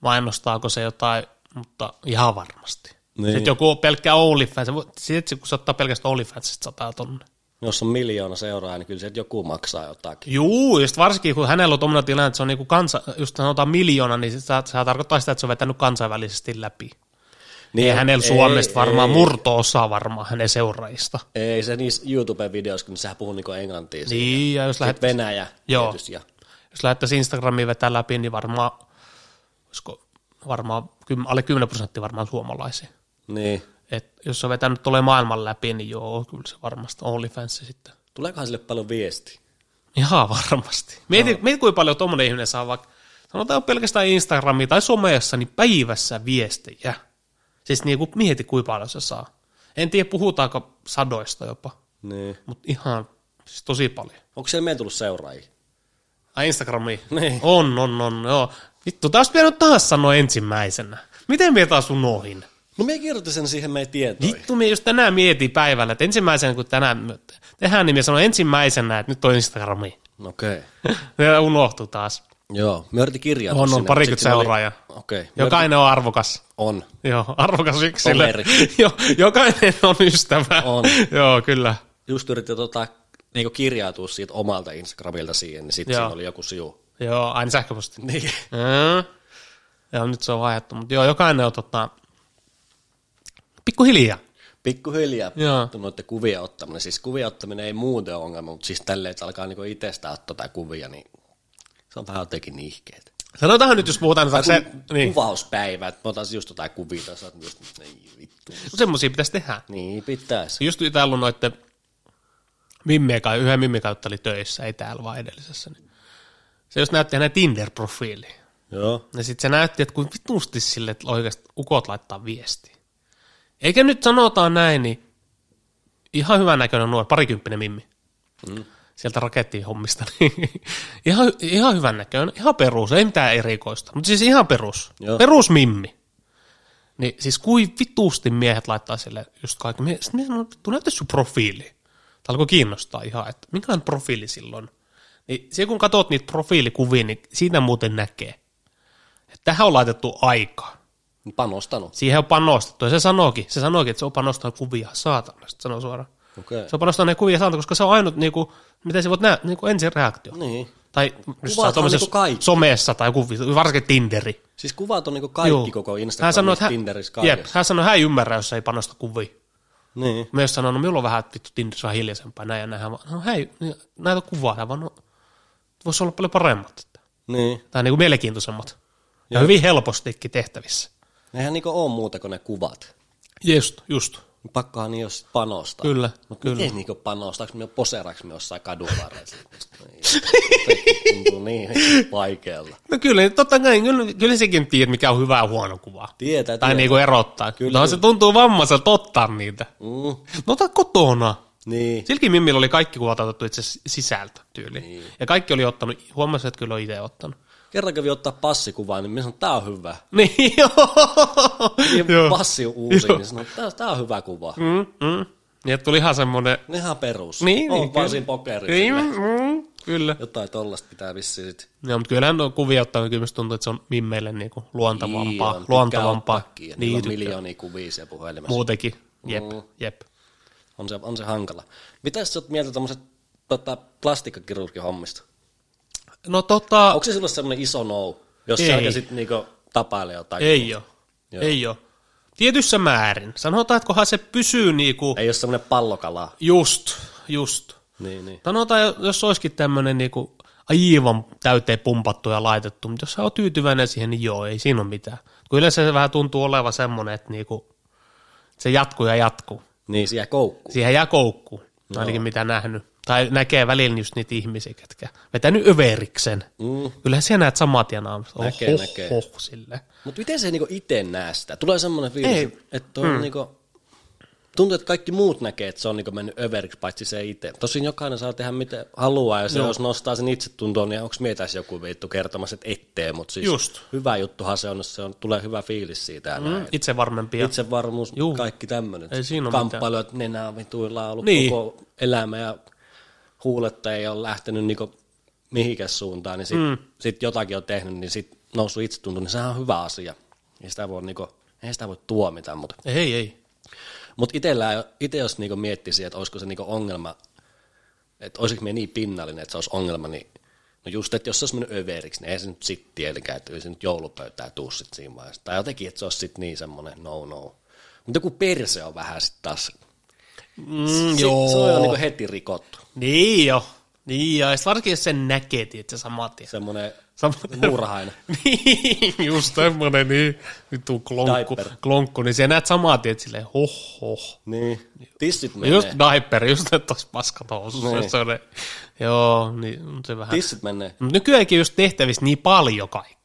mainostaako se jotain, mutta ihan varmasti. Niin. Niin. Sitten joku on pelkkä OnlyFans, se voi- sit kun se ottaa pelkästään OnlyFansista sataa tonne. Jos on miljoona seuraa, niin kyllä se, että joku maksaa jotakin. Juu, just varsinkin kun hänellä on tuommoinen tilanne, että se on niinku kansa, just sanotaan miljoona, niin se, se tarkoittaa sitä, että se on vetänyt kansainvälisesti läpi. Niin, Ja hänellä Suomesta varmaan murto-osa varmaan hänen seuraajista. Ei, ei se niissä YouTube-videoissa, kun sehän puhuu niinku englantia. Niin, Niin, ja jos lähdet lähet... Venäjä Joo. tietysti. Ja, jos lähdettäisiin Instagramiin vetää läpi, niin varmaan, olisiko varmaan kym- alle 10 prosenttia varmaan suomalaisia. niin. Et jos on vetänyt tulee maailman läpi, niin joo, kyllä se varmasti OnlyFans sitten. Tuleekohan sille paljon viestiä? Ihan varmasti. Mieti, no. mieti kuinka paljon tuommoinen ihminen saa vaikka, sanotaan pelkästään Instagramia tai somessa, niin päivässä viestejä. Siis niin kuin, mieti kuinka paljon se saa. En tiedä, puhutaanko sadoista jopa, Niin. mutta ihan siis tosi paljon. Onko siellä meidän tullut seuraajia? Ai Instagramiin? Niin. On, on, on, joo. Vittu, taas pitänyt taas sanoa ensimmäisenä. Miten minä taas unohin? No me kirjoitin sen siihen meidän tietoihin. Vittu, minä just tänään mietin päivällä, että ensimmäisenä kun tänään me tehdään, niin minä sanon ensimmäisenä, että nyt on Instagrami. Okei. Okay. Ne unohtu taas. Joo, me yritin kirjata On, sinne, mutta on sit parikymmentä siinä oli- seuraajaa. Okei, okay. Jokainen on arvokas. on. Joo, arvokas yksilö. Toveri. Jo, jokainen on ystävä. On. Joo, kyllä. Just yritin tota, niinku kirjautua siitä omalta Instagramilta siihen, niin sitten Joo. siinä oli joku sivu. Joo, aina sähköposti. Niin. Mm. Joo, nyt se on vaihdettu, mutta joo, jokainen on tota, pikkuhiljaa. Pikkuhiljaa Joo. noiden kuvien ottaminen. Siis kuvien ottaminen ei muuten ole ongelma, mutta siis tälleen, että alkaa niinku itsestä ottaa tai kuvia, niin se on vähän jotenkin nihkeet. Sanotaan nyt, jos puhutaan jotain se, niin, Kuvauspäivä, että mä otan siis just jotain kuvia, tai sä oot just, ei vittu. semmoisia pitäisi tehdä. Niin pitäisi. Just täällä ollut noiden mimmiä, kai- yhden mimmiä kautta oli töissä, ei täällä vaan edellisessä. Niin. Se just näytti hänen Tinder-profiiliin. Joo. Ja sitten se näytti, että kuin vitusti sille, että oikeasti ukot laittaa viestiä. Eikä nyt sanotaan näin, niin ihan hyvän näköinen nuori, parikymppinen mimmi. Mm. Sieltä rakettiin hommista. Niin ihan, ihan hyvän näköinen, ihan perus, ei mitään erikoista. Mutta siis ihan perus, Joo. perus mimmi. Niin siis kuin vitusti miehet laittaa sille just kaiken. Mie- Sitten minä sanoin, vittu näytä sun profiili. Tämä alkoi kiinnostaa ihan, että mikä on profiili silloin. Niin se kun katsot niitä profiilikuvia, niin siitä muuten näkee. Että tähän on laitettu aikaa. Panostanut. Siihen on panostettu. Ja se sanookin, se sanookin, että se on panostanut kuvia saatanasta, sanoo suoraan. Okei. Okay. Se on panostanut ne kuvia saatanasta, koska se on ainut, niin kuin, mitä sä voit nähdä, niin kuin ensireaktio. Niin. Tai jos sä on oot niinku kaikki. niinku somessa tai kuvissa, varsinkin Tinderi. Siis kuvat on niinku kaikki Joo. koko hän sanoo, Instagramissa, että hän... hän, Tinderissä, jep, kaikessa. hän sanoo, että hän ei ymmärrä, jos ei panosta kuviin. Niin. Mä jos sanon, no minulla on vähän vittu Tinderissä vähän hiljaisempaa, näin ja näin. Hän vaan, No hei, niin näitä kuvaa, hän vaan, no, voisi olla paljon paremmat. Niin. Tai niinku mielenkiintoisemmat. Ja hyvin helpostikin tehtävissä. Nehän niinku on muuta kuin ne kuvat. Just, just. Pakkohan niin jos panostaa. Kyllä, Mut kyllä. Miten niinku panostaa, me poseeraanko me jossain kadun varrella? Niin. Tuntuu niin vaikealta. No kyllä, totta kai, kyllä, kyllä sekin tiedät, mikä on hyvä ja huono kuva. Tietää, Tai tietää. niinku erottaa. Kyllä, Kyllä, no, se tuntuu vammaiselta ottaa niitä. Mm. No ota kotona. Niin. Silkin Mimmillä oli kaikki kuvat otettu itse asiassa sisältö tyyliin. Niin. Ja kaikki oli ottanut, huomasin, että kyllä on itse ottanut. Kerran kävi ottaa passikuvaa, niin minä sanoin, tää on hyvä. Niin, joo. Ja joo. passi on uusi, niin sanoin, tää, tää on hyvä kuva. Mm. Mm, mm. Ja tuli ihan semmoinen... Nehän perus. Niin, on vaan niin, kyllä. siinä pokerissa. Niin, mm, kyllä. Jotain tollasta pitää vissiin sit. Joo, mutta kyllähän on kuvia ottaa, kyllä musta tuntuu, että se on Mimmeille niinku luontavampaa. Ion, luontavampaa. tykkää ottaakin, ja niillä Niin, on tykkää. miljoonia kuvia siellä puhelimessa. muutenkin. Jep, Mm. jep. On se, on se hankala. Mitä sä oot mieltä tommoset tota, plastikkakirurgihommista? No tota, Onko se sulle semmoinen iso no, jos Ei. sä alkaisit niinku tapailla jotain? ei ole. Joo. Ei ole. Tietyssä määrin. Sanotaan, että kunhan se pysyy niinku, Ei ole semmoinen pallokala. just, just. Niin, niin. Sanotaan, jo- jos olisikin tämmöinen niinku, aivan täyteen pumpattu ja laitettu, mutta jos sä oot tyytyväinen siihen, niin joo, ei siinä ole mitään. Kun yleensä se vähän tuntuu olevan semmoinen, että niinku, se jatkuu ja jatkuu. Niin, siellä koukku. Siihen jää koukku, no. ainakin mitä nähnyt. Tai näkee välillä just niitä ihmisiä, ketkä vetää nyt överiksen. Mm. Kyllähän sä näet samat ja naamat. Näkee, Oho, näkee. hoh, sille. Mutta miten se niinku itse näe sitä? Tulee semmoinen fiilis, Ei. Mm. että on niinku, tuntuu, että kaikki muut näkee, että se on niinku mennyt överiksi, paitsi se itse. Tosin jokainen saa tehdä miten haluaa, ja se, jos nostaa sen itsetuntoon, niin onko mietäisi joku vittu kertomassa, että ettei, mutta siis Just. hyvä juttuhan se on, jos se on, tulee hyvä fiilis siitä ja näin. Mm, itse varmempia. Itsevarmuus, Juu. kaikki tämmöinen. Ei siinä ole Kamppailu, että nenää vituilla on ollut Niin. koko elämä ja huuletta ei ole lähtenyt niinku mihinkään suuntaan, niin sitten mm. sit jotakin on tehnyt, niin sitten noussut itsetunto, niin sehän on hyvä asia. Ei sitä voi, niinku, ei sitä voi tuomita, mutta Ei, ei. mut itse jos niinku miettisi, että olisiko se niinku ongelma, että olisiko me niin pinnallinen, että se olisi ongelma, niin no just, että jos se olisi mennyt överiksi, niin ei se nyt sitten tietenkään, että ei se nyt joulupöytää tuu sit siinä vaiheessa. Tai jotenkin, että se olisi sitten niin semmoinen no-no. Mutta joku perse on vähän sitten taas, Mm, sit, joo. se on jo niinku heti rikottu. Niin jo. Niin jo. Ja sit varsinkin jos sen näkee, tiedätkö, samat. ja- Semmoinen Sam- murhainen. Niin, just tämmönen niin, vittu klonkku, Diaper. klonkku, niin sä näet samaa tiet silleen, hoh, hoh. Niin. Tissit Ja menee. just diaper, just että olisi paskat housussa, Niin. jos se on ne- joo, niin mut se vähän. Tissit menee. Mut nykyäänkin just tehtävissä niin paljon kaikkea.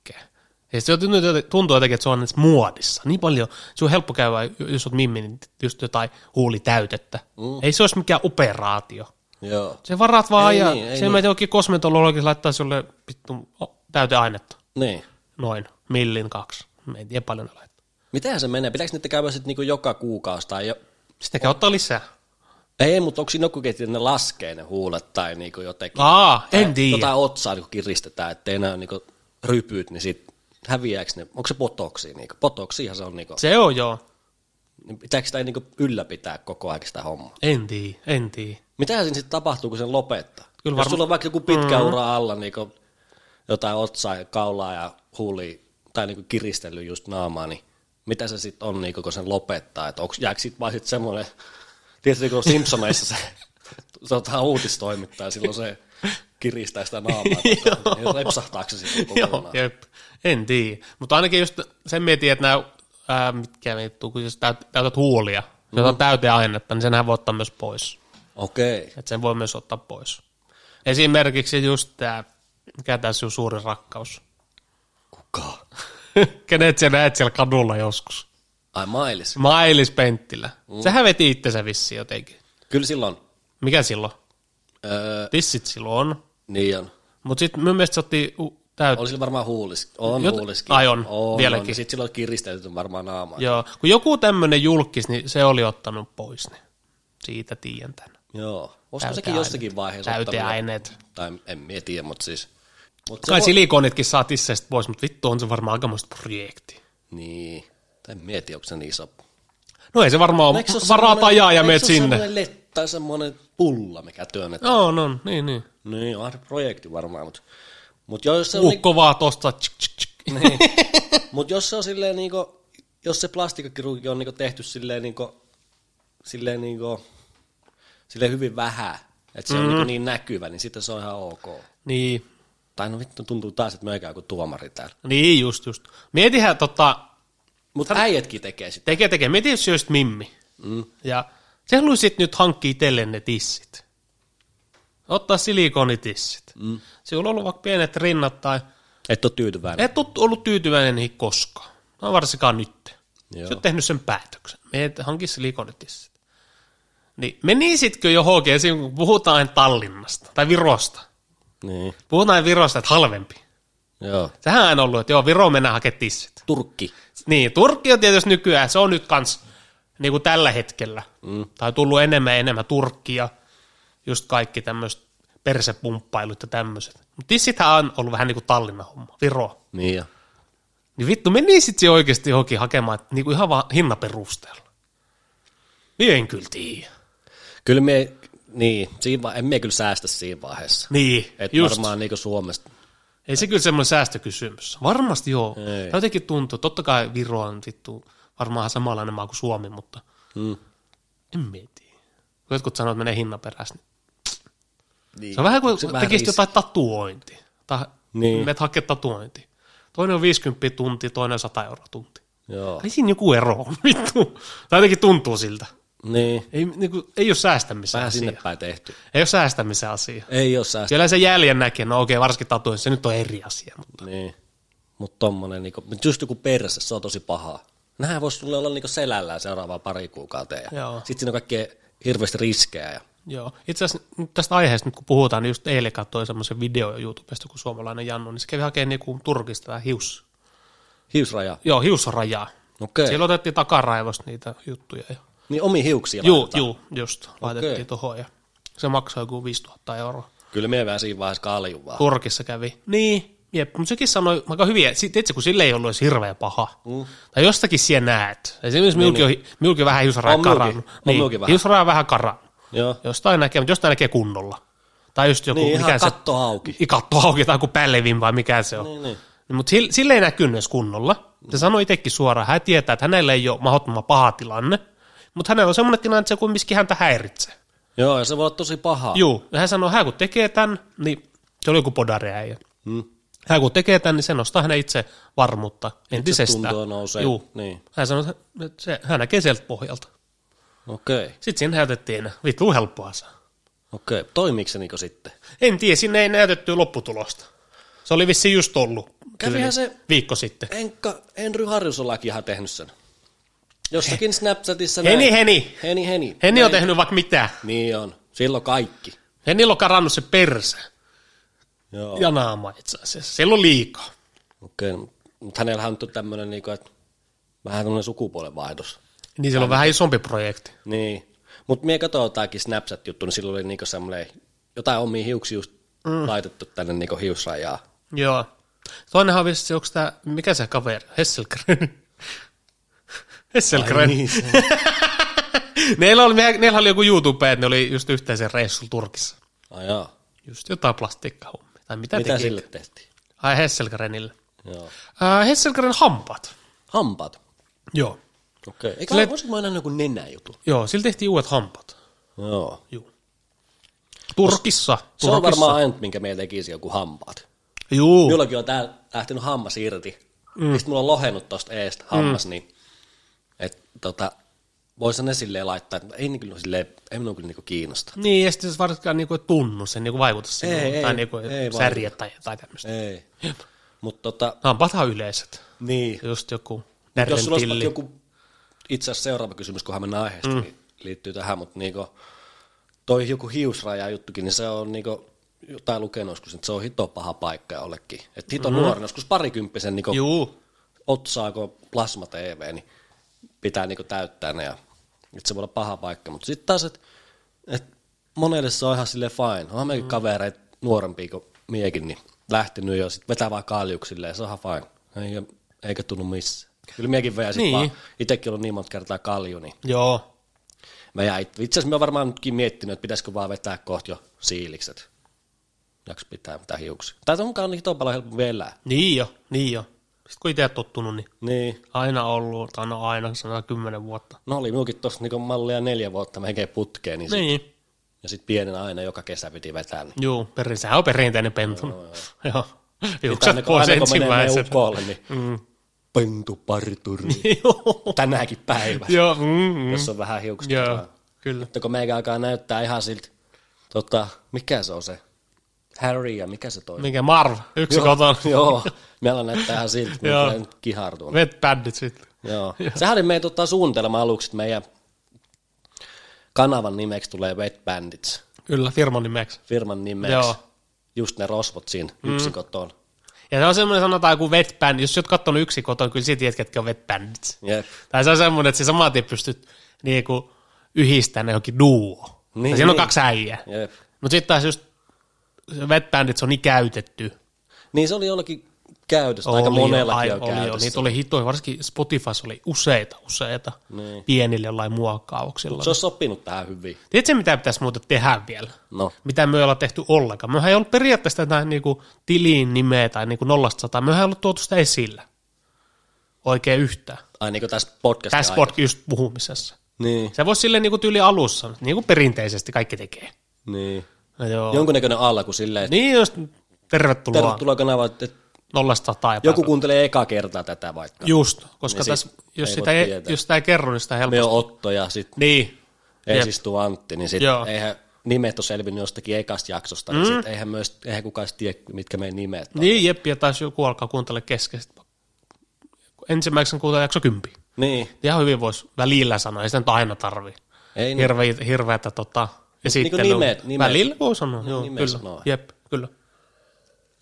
Ja se tuntuu joten- tuntuu jotenkin, että se on edes muodissa. Niin paljon, se on helppo käydä, jos oot mimmi, niin just jotain huulitäytettä. Mm. Ei se olisi mikään operaatio. Joo. Se varaat vaan Ei ja niin, ei sen niin. jokin kosmetologiksi laittaa sulle vittu o, täyteainetta. Niin. Noin, millin kaksi. Mä en tiedä paljon ne laittaa. Miten se menee? Pitääkö niitä käydä sitten niinku joka kuukausi tai jo... Sitten käy ottaa lisää. Ei, mutta onko siinä joku, että ne laskee ne huulet tai niinku jotenkin? Aa, en Tai tiedä. Jotain otsaa niin kiristetään, ettei enää niin rypyt, niin sit häviääkö ne? Onko se botoksi? Niin botoksihan se on. Niin kuin, Se on joo. niin pitääkö sitä niin ylläpitää koko ajan sitä hommaa? En tiedä, en tiedä. Mitä siinä sitten tapahtuu, kun sen lopettaa? Kyllä Jos varma- sulla on vaikka joku pitkä mm-hmm. ura alla, niin kuin, jotain otsaa ja kaulaa ja huuli tai niin kuin kiristellyt just naamaa, niin mitä se sitten on, niin kun sen lopettaa? Et onks, jääkö sitten vaan sitten semmoinen, tietysti kun Simpsoneissa se tota, uutistoimittaja, silloin se kiristää sitä naamaa, niin repsahtaako se sitten Joo, kokonaan? jep. En tiedä. Mutta ainakin just sen mietin, että nämä, ää, mitkä vittu, kun jos täyt, täytät huulia, Mm-hmm. mm. jotain täyteainetta, niin senhän voi ottaa myös pois. Okei. Okay. Että sen voi myös ottaa pois. Esimerkiksi just tämä, mikä tässä on suuri rakkaus. Kuka? Kenet sä näet siellä kadulla joskus? Ai Mailis. Mailis Penttilä. Mm. Sehän veti itsensä vissiin jotenkin. Kyllä silloin. Mikä silloin? Öö, Tissit silloin on. niin on. Mutta sitten mun mielestä se otti u- täyt... Oli sillä varmaan huulis. On Jot- huuliskin. Ai on, on vieläkin. On. Sitten silloin kiristelty varmaan naamaa. Joo, kun joku tämmöinen julkis, niin se oli ottanut pois. Niin. Siitä tiedän tämän. Joo. Olisiko sekin Täyteaineet. jossakin vaiheessa ottanut? Täyteaineet. Tai en minä tiedä, mutta siis. Mut se Kai voi- silikonitkin saa tisseistä pois, mutta vittu on se varmaan aikamoista projekti. Niin. Tai en mieti, onko se niin iso. No ei se varmaan ole. Eikö se ole Varaat semmonen- ajaa ja eikö meet se ole sinne. semmonen let- tai semmoinen pulla, mikä työnnetään. Joo, no, niin, niin. No. Niin, onhan se projekti varmaan, mutta... Mut jos se on, Ukko vaan tosta. Tsk, tsk, tsk. niinku, mut jos se on silleen niinku, jos se plastikkakirurgi on niinku tehty silleen niinku, silleen niinku, silleen hyvin vähän, että se mm. on niinku niin näkyvä, niin sitten se on ihan ok. niin. Tai no vittu, tuntuu taas, että me ei käy kuin tuomari täällä. Niin, just, just. Mietihän tota, Mutta äijätkin tekee sitä. tekee, tekee. Mietin, jos se olisi mimmi. Mm. Ja se haluaisit nyt hankkia itselle ne tissit. Ottaa silikonitissit. Mm. Sinulla on ollut vaikka pienet rinnat tai Et ole tyytyväinen. et ole ollut tyytyväinen niihin koskaan. No varsinkaan nyt. Joo. Joo. Sä oot tehnyt sen päätöksen. Me et hanki silikonitissit. Niin menisitkö johonkin, esim. kun puhutaan Tallinnasta tai Virosta. Niin. Puhutaan Virosta, että halvempi. Joo. Sehän on aina ollut, että joo, Viroon mennään hakemaan tissit. Turkki. Niin, Turkki on tietysti nykyään, se on nyt kans niin kuin tällä hetkellä. Mm. Tai on tullut enemmän ja enemmän Turkkia, just kaikki tämmöiset persepumppailut ja tämmöiset. Mutta tissithän on ollut vähän niin kuin Tallinnan homma, Viro. Niin ja. Niin vittu, menisit se oikeasti johonkin hakemaan niin kuin ihan vaan hinnaperusteella. Niin en kyllä tiedä. Kyllä me, niin, siinä va- en me kyllä säästä siinä vaiheessa. Niin, Et just. varmaan niinku Suomesta. Ei se kyllä semmoinen säästökysymys. Varmasti joo. Ei. Ei. Jotenkin tuntuu, totta kai Viro on vittu varmaan samanlainen maa kuin Suomi, mutta Mm. en mieti. Kun jotkut sanoo, että menee hinnan perässä, niin Niin. Se on vähän kuin Se vähän tekisit riski. jotain tatuointi. Tai Niin. niin. menet hakee tatuointi. Toinen on 50 tunti, toinen on 100 euroa tunti. Joo. Ei siinä joku ero on, vittu. Tai ainakin tuntuu siltä. Niin. Ei, niin kuin, ei ole säästämisen Vähän asia. sinne päin tehty. Ei ole säästämisen asia. Ei ole säästöä. Siellä se jäljen näkee, no okei, varsinkin tatuointi, se nyt on eri asia. Mutta Niin. Mutta tommonen, niinku, mut just joku perse, se on tosi paha. Nähän voisi sulle olla niinku selällään seuraavaa pari kuukautta. Ja Joo. sitten siinä on kaikkea hirveästi riskejä. Ja, Joo. Itse asiassa nyt tästä aiheesta, nyt kun puhutaan, niin just eilen katsoin semmoisen video YouTubesta, kun suomalainen Jannu, niin se kävi hakemaan niinku Turkista vähän hius. hiusraja. Joo, hiusrajaa. Okei. Siellä otettiin takaraivosta niitä juttuja. Ja... Niin omi hiuksia Juu, laitetaan. juu, just. Laitettiin okay. tuohon ja se maksoi joku 5000 euroa. Kyllä me vähän siinä vaiheessa kaljun vaan. Turkissa kävi. Niin. Jep, mutta sekin sanoi aika hyviä, itse kun sille ei ollut edes hirveä paha. Mm. Tai jostakin siellä näet. Esimerkiksi niin, minulkin, niin. minulkin vähän hiusraja On minulkin. karannut. Niin, On minulkin vähän. Hiusraja vähän karannut. Joo. Jostain näkee, mutta jostain näkee kunnolla. Tai just joku, Niin, mikä ihan se... katto auki. I- Katto auki tai joku pällevin vai mikä se on. Niin, niin. Mutta sille, sille ei näkynyt edes kunnolla. Se sanoi itsekin suoraan, hän tietää, että hänellä ei ole mahdottoman paha tilanne, mutta hänellä on semmoinen tilanne, että se kumminkin häntä häiritsee. Joo, ja se voi olla tosi paha. Juu, ja hän sanoi, hän kun tekee tämän, niin se oli joku podareäijä. Mm. Hän kun tekee tämän, niin se nostaa hänen itse varmuutta entisestään. Itsetuntoa nousee, Juu. niin. Hän sanoi, että se, hän näkee sieltä pohjalta. Okei, okay. Sitten siinä näytettiin, vittu helppoa se. okei. Okay. Toimiiko se niinku sitten? En tiedä, sinne ei näytetty lopputulosta. Se oli vissiin just ollut. Kävihän tyyli se- Viikko sitten. Enkka, Henry Harjusolakin ihan tehnyt sen. Jossakin Snapchatissa Heni, näin. Heni. Heni, Heni. Henni on Näin. tehnyt vaikka mitä. Niin on. Silloin kaikki. Hennillä on karannut se perse Joo. oh. ja naama itse asiassa. Siellä on liikaa. Okei, mutta hänellähän on tämmöinen, niinku, että vähän tämmöinen sukupuolenvaihdos. Niin siellä on vähän isompi projekti. Niin. Mutta mie katsoin jotakin Snapchat-juttu, niin silloin oli niinku semmoinen, jotain omia hiuksia just mm. laitettu tänne niinku hiusrajaa. Joo. Toinenhan on vissi, onko tämä, mikä se kaveri? Hesselgren. Hesselgren. niin, Neillä oli, neillä oli joku YouTube, että ne oli just yhteisen reissun Turkissa. Ai joo. Just jotain plastiikkahommia. Tai mitä, Mitä mitä sille tehtiin? Ai Hesselgrenille. Joo. Äh, Hesselgren hampaat. Hampaat. Joo. Okei. Eikä Sille- Sille... voisinko mä nähnyt joku nenäjutu? Joo, sillä tehtiin uudet hampaat. Joo. Joo. Turkissa. Se on varmaan ainut, minkä meillä tekisi joku hampaat. Juu. Minullakin on tää lähtenyt hammas irti. Uh. Mm. Sitten mulla on lohennut tosta eestä hammas, mm. niin et, tota, voisi ne silleen laittaa, että ei, niin kyllä, silleen, ei minun kyllä niinku kiinnosta. Niin, ja sitten se varsinkaan niinku ei tunnu, se niinku vaikuta sinuun, Ei, tai ei, niinku ei särje tai jotain tämmöistä. Ei. Mutta tota, Hampaathan on yleiset, niin. just joku Jos sulla olisi närventilli. vaikka Joku... joku, itse asiassa seuraava kysymys, kunhan mennään aiheesta, mm. niin liittyy tähän, mutta niinku, toi joku hiusraja juttukin, niin se on niinku, jotain lukenut joskus, että se on hito paha paikka jollekin. Että hito mm. nuoren, joskus parikymppisen niinku, Juu, otsaako plasma TV, niin pitää niinku täyttää ne. Ja, et se voi olla paha paikka, mutta sitten taas, että et monelle se on ihan sille fine. Onhan meikin kavereita nuorempia kuin miekin, niin lähtenyt jo, sitten vetää vaan kaljuksille ja se on ihan fine. Eikä, eikä tunnu missään. Kyllä miekin vejä sit Niin. niin. vaan, itsekin ollut niin monta kertaa kalju, niin joo. mä jäin, itse asiassa mä oon varmaan nytkin miettinyt, että pitäisikö vaan vetää kohta jo siilikset. Jaks pitää mitä hiuksia. Tai onkaan niitä on paljon helpompi elää. Niin jo, niin jo. Sitten kun itse on tottunut, niin Niin. aina ollut, tai no aina, sanotaan kymmenen vuotta. No oli minullakin tuossa niinku mallia neljä vuotta melkein putkeen, niin, niin. Niin, ja sitten pienenä aina joka kesä piti vetää. Niin. juu, perin, sehän on perinteinen pentu. Joo, joo. Sitten Hiukset aina, kun, pois aina, kun menee ensimmäisenä. neukolle, niin mm. pentuparturi Joo, tänäänkin päivänä, joo, mm, mm. jos on vähän hiukset. joo, kyllä. Mutta kun meikä alkaa näyttää ihan siltä, tota, mikä se on se, Harry ja mikä se toi? Mikä Marv, yksi kotona. Joo, meillä näyttää ihan siltä, kun Joo. meillä kihartuu. Vet päddit sitten. Joo. Sehän oli meidän tota, suunnitelma aluksi, että meidän kanavan nimeksi tulee Wet Bandits. Kyllä, firman nimeksi. firman nimeksi. Joo. Mm. Joo. Just ne rosvot siinä yksikotoon. Ja se on semmoinen, sanotaan joku vetbänd, jos sä oot kattonut yksi koton, kyllä siitä tiedät, ketkä on vetbändit. Jep. Tai se on semmoinen, että sä saman tien pystyt niinku yhdistämään ne johonkin duo. Niin, Niin, siinä on niin. kaksi äijää. Jep. Mutta sitten taas just vetbändit, se on niin käytetty. Niin se oli jollakin käytössä, aika Oli jo, ai- monellakin on oli jo, Niin käytössä. Niitä oli hitoja, varsinkin Spotifys oli useita, useita. Niin. Pienille jollain muokkauksilla. Se olisi sopinut tähän hyvin. Tiedätkö, mitä pitäisi muuten tehdä vielä? No, mitä me ei olla tehty ollenkaan. Mehän ei ollut periaatteessa tätä niinku tilin nimeä tai niinku nollasta sataa, mehän ei ollut tuotu sitä esillä oikein yhtään. ai niin kuin tässä podcastin Tässä podcast just puhumisessa. Niin, Se voisi silleen niinku tyyli alussa, niin kuin perinteisesti kaikki niinku tekee. niin. No joo. Jonkunnäköinen alku silleen, että Niin, jos tervetuloa, tervetuloa. tervetuloa kanava, että nollasta taipaan. joku kuuntelee eka kertaa tätä vaikka. Just, koska Niin tässä, sit jos, ei sitä voi ei, tietää. jos sitä ei kerro, niin sitä helposti. Me on Otto ja sitten Niin, Jep. esistuu Antti, niin sitten Joo. Mm. eihän nimet on selvinnyt jostakin ekasta jaksosta, niin sit eihän, myös, eihän kukaan sit tiedä, mitkä meidän nimet on. niin jeppi, ja taisi joku alkaa kuuntele keskeistä. Ensimmäisen kuuntelee jakso kympi. Niin. Ihan hyvin voisi välillä sanoa, ei sitä nyt aina tarvii. Ei niin. niinku Hirveä, hirveätä tota, esittelyä. nimet- nimet- Välillä voi sanoa, joo, nimet kyllä. sanoo. Jep, kyllä.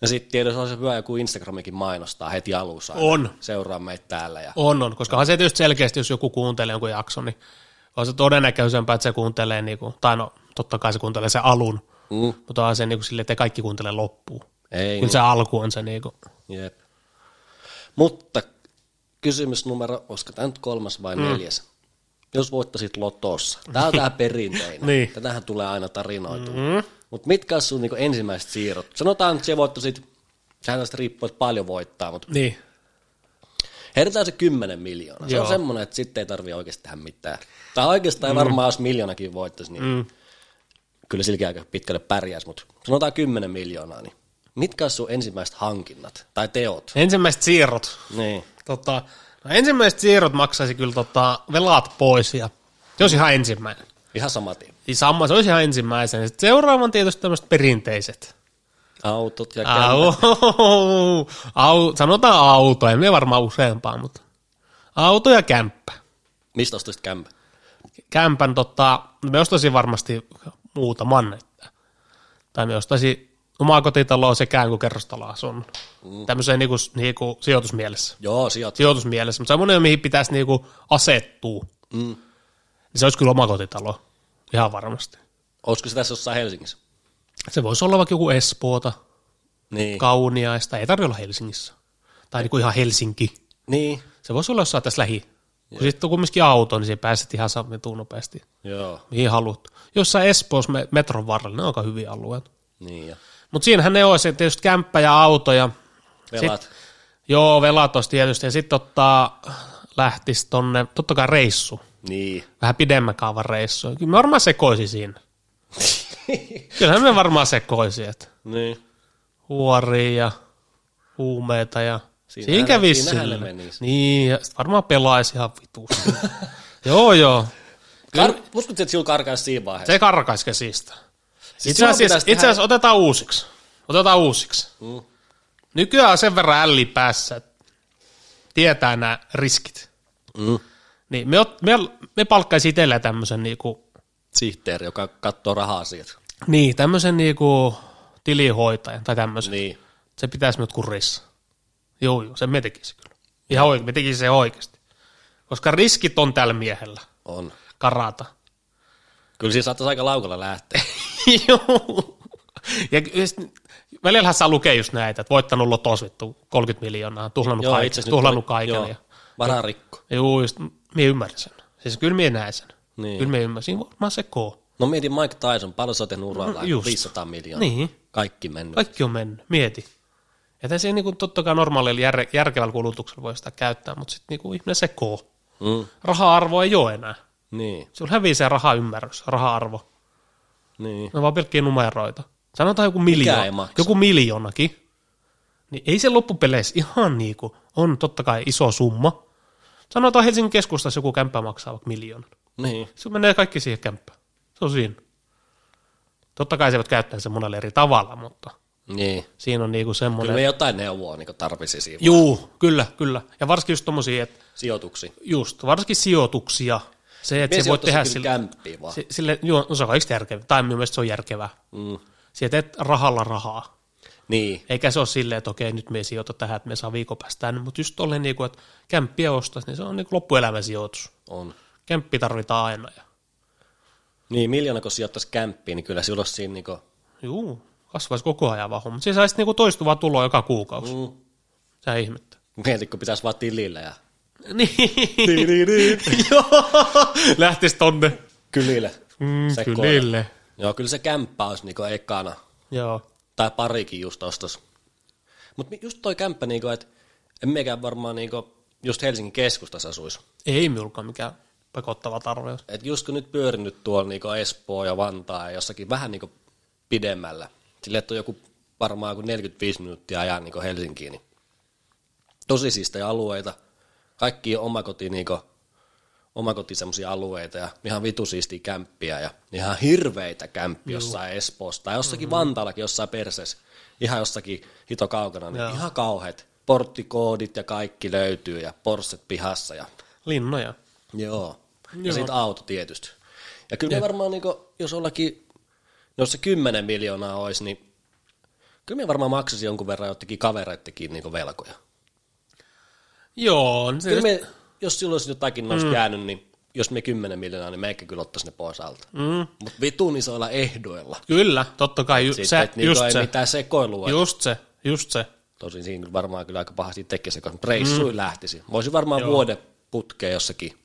Ja sitten tietysti on se hyvä, joku Instagramikin mainostaa heti alussa. aina. On. Seuraa meitä täällä ja On, on, koska se tietysti selkeästi, jos joku kuuntelee jonkun jakson, niin on se todennäköisempää, että se kuuntelee, niin kuin, tai no totta kai se kuuntelee sen alun, mm, mutta onhan se niin kuin sille, että ei kaikki kuuntelee loppuun. ei Kyllä se alku on se niin kuin, niin. Jep. Mutta kysymys numero, olisiko tämä nyt kolmas Mm. vai neljäs? Jos voittaisit lotossa. Tämä on tämä perinteinen. Niin. Tätähän tulee aina tarinoitu. Mm. Mutta mitkä on sun niinku ensimmäiset siirrot? Sanotaan, että se voittaisit, sehän tästä riippuu, että paljon voittaa, mutta niin. Heitetään se 10 miljoonaa. Se Joo. on semmoinen, että sitten ei tarvitse oikeasti tehdä mitään. Tai oikeastaan mm. varmaan, jos miljoonakin voittaisi, niin mm. kyllä silläkin aika pitkälle pärjäisi, mutta sanotaan 10 miljoonaa, niin mitkä olisi sun ensimmäiset hankinnat tai teot? Ensimmäiset siirrot. Niin. Tota, no ensimmäiset siirrot maksaisi kyllä tota, velat pois ja se olisi ihan ensimmäinen. Ihan samatin. Ja Sama, se olisi ihan ensimmäisen. Sitten seuraavan tietysti tämmöiset perinteiset. Autot ja kämpät. Au, au, sanotaan auto, en mene varmaan useampaan, mutta auto ja kämppä. Mistä ostaisit kämpä? Kämpän tota, me ostaisin varmasti muutaman, että, tai me ostaisin omaa kotitaloa sekään kuin kerrostaloa asunnon. Mm. Tämmöiseen niinku, niinku sijoitusmielessä. Joo, sijoit. Sijoitusmielessä, mutta semmoinen, mihin pitäisi niinku asettua. Mm. Niin se olisi kyllä oma kotitalo, ihan varmasti. Olisiko se tässä jossain Helsingissä? Se voisi olla vaikka joku Espoota, Niin. Ka- Kauniaista, ei tarvitse olla Helsingissä. Tai niinku ihan Helsinki. niin. Se voisi olla jossain tässä lähi. Kun sitten on kumminkin auto, niin se pääset ihan sammituun nopeasti, Joo. mihin haluat. Jossain Espoossa me- metron varrella, ne on aika hyviä alueita. Niin ja Mutta siinähän ne olisi, että tietysti kämppä ja auto ja velat. Sit. joo, velat olisi tietysti. Ja sitten ottaa, lähtisi tonne, totta kai reissu, Niin. vähän pidemmän kaavan reissu. Kyllä me varmaan sekoisi siinä. Kyllähän me varmaan sekoisi, että niin. huoria ja huumeita ja Siinähän siinä ne- kävi siinähän ne sillä. menisi. Niin, ja sit varmaan pelaisi ihan vitusti. joo, joo. Kar- Uskotko, että sillä karkaisi siinä vaiheessa? Se karkaisi käsistä. Siis itse silloin asiassa, pitäisi itse asiassa otetaan uusiksi. Otetaan uusiksi. Mm. Nykyään on sen verran älli päässä, että tietää nämä riskit. Mm. Niin me, ot- me, me palkkaisi itsellä tämmöisen niinku, Sihteeri, joka katsoo rahaa siitä. niin, tämmöisen niinku tilihoitajan tai tämmöisen. Niin. Niin. Se pitäisi minut kurissa. Joo, joo, sen me tekisi kyllä. Ihan oikein, me tekisi se oikeasti. Koska riskit on tällä miehellä On. karata. Kyllä siinä saattaisi aika laukalla lähteä. Joo. Ja ky- just- välillähän saa lukea just näitä, että voittanut lotos vittu 30 miljoonaa, tuhlannut Joo, itse kaiken. asiassa nyt Tuhlannut tuli- kaiken. joo. Ja, Vararikko. juu, just, minä ymmärrän sen. Siis kyllä minä näen sen. Niin. Kyllä minä ymmärsin, varmaan se koo. No mieti Mike Tyson, paljon sä oot tehnyt uralla? No, just. 500 miljoonaa. Niin. Kaikki mennyt. Kaikki on mennyt, mieti. Ja tässä ei niinku totta kai normaalilla jär, järkevällä kulutuksella voi sitä käyttää, mutta sitten niinku ihminen se koo. Mm. Raha-arvo ei ole enää. Niin, Sulla hävii se raha-ymmärrys, raha-arvo. niin. Ne on vaan pelkkiä numeroita. Sanotaan joku ei miljoona, maksa. joku miljoonakin. Niin ei se loppupeleissä ihan niin kuin, on totta kai iso summa. Sanotaan Helsingin keskustassa joku kämppä maksaa vaikka miljoonan. Niin. Se menee kaikki siihen kämppään. Se on siinä. Totta kai se voit käyttää sen monella eri tavalla, mutta Niin. siinä on niinku Kyllä semmoinen. me jotain neuvoa niin tarvitsisi siinä Juu, kyllä, kyllä. Ja varsinkin just tommosia, että sijoituksiin. just, varsinkin sijoituksia. Se, että Mies se voi tehdä sille... sille, kämppiin vaan. Si- si- sille, joo, no se on kaikista järkevää, tai minun mielestä se on järkevää. mm. Sieltä teet rahalla rahaa. Niin, Eikä se ole silleen, että okei, nyt me ei sijoita tähän, että me saa viikon päästä tänne, mutta just tolleen, niin kuin, että kämppiä ostaisi, niin se on niin loppuelämän sijoitus. on. Kämppi tarvitaan aina. Ja, Niin, miljoona kun sijoittaisi kämppiin, niin kyllä silloin olisi siinä niinku... juu, kasvaisi koko ajan vaan homma. Mutta se saisi niin toistuvaa tuloa joka kuukausi. Mm. Mm. Sehän ihmettä. Mietit, kun pitäisi vaan tilillä ja Niin, joo, lähtisi tonne. kylillä. Mm, Sekoilla. kylille. Joo, kyllä se kämppä olisi niinku ekana. Joo, tai parikin just ostos. Mutta just toi kämppä, niinku, että en mekään varmaan niinku, just Helsingin keskustassa asuisi. ei minullakaan mikään pakottava tarve. ole. Et just kun nyt pyörinyt tuolla niinku Espoo ja Vantaa ja jossakin vähän niinku pidemmällä. Sille, että on joku varmaan kuin 45 minuuttia ajan niin Helsinkiin. Niin tosi siistejä alueita. Kaikki on omakoti, niin kuin, omakoti semmoisia alueita ja ihan vitu siistiä kämppiä ja ihan hirveitä kämppiä jossain Espoossa tai jossakin mm-hmm. Vantaallakin jossain Perses, ihan jossakin hito kaukana, niin Joo. ihan kauheat. Porttikoodit ja kaikki löytyy ja porsset pihassa ja Linnoja. Joo. Ja Joo. siitä auto tietysti. Ja kyllä me varmaan, niin kuin, jos jollakin, jos se 10 miljoonaa olisi, niin kyllä me varmaan maksaisi jonkun verran jottakin kavereittekin niin velkoja. Joo, on se Kyllä just- me, jos silloin olisi jotakin olisi Siis? mm. jäänyt, niin jos me 10 miljoonaa, niin me eikä kyllä ottaisi ne pois alta. Mm. Mutta vitun isoilla ehdoilla. kyllä, totta kai, ju, Sitten, sä, että just, niinku ei se, mitään sekoilua. Ju- just se, just se, Tosin siinä kyllä varmaan kyllä aika pahasti tekisi, koska reissuin mm. lähtisi. Voisi varmaan Joo. vuoden putkea jossakin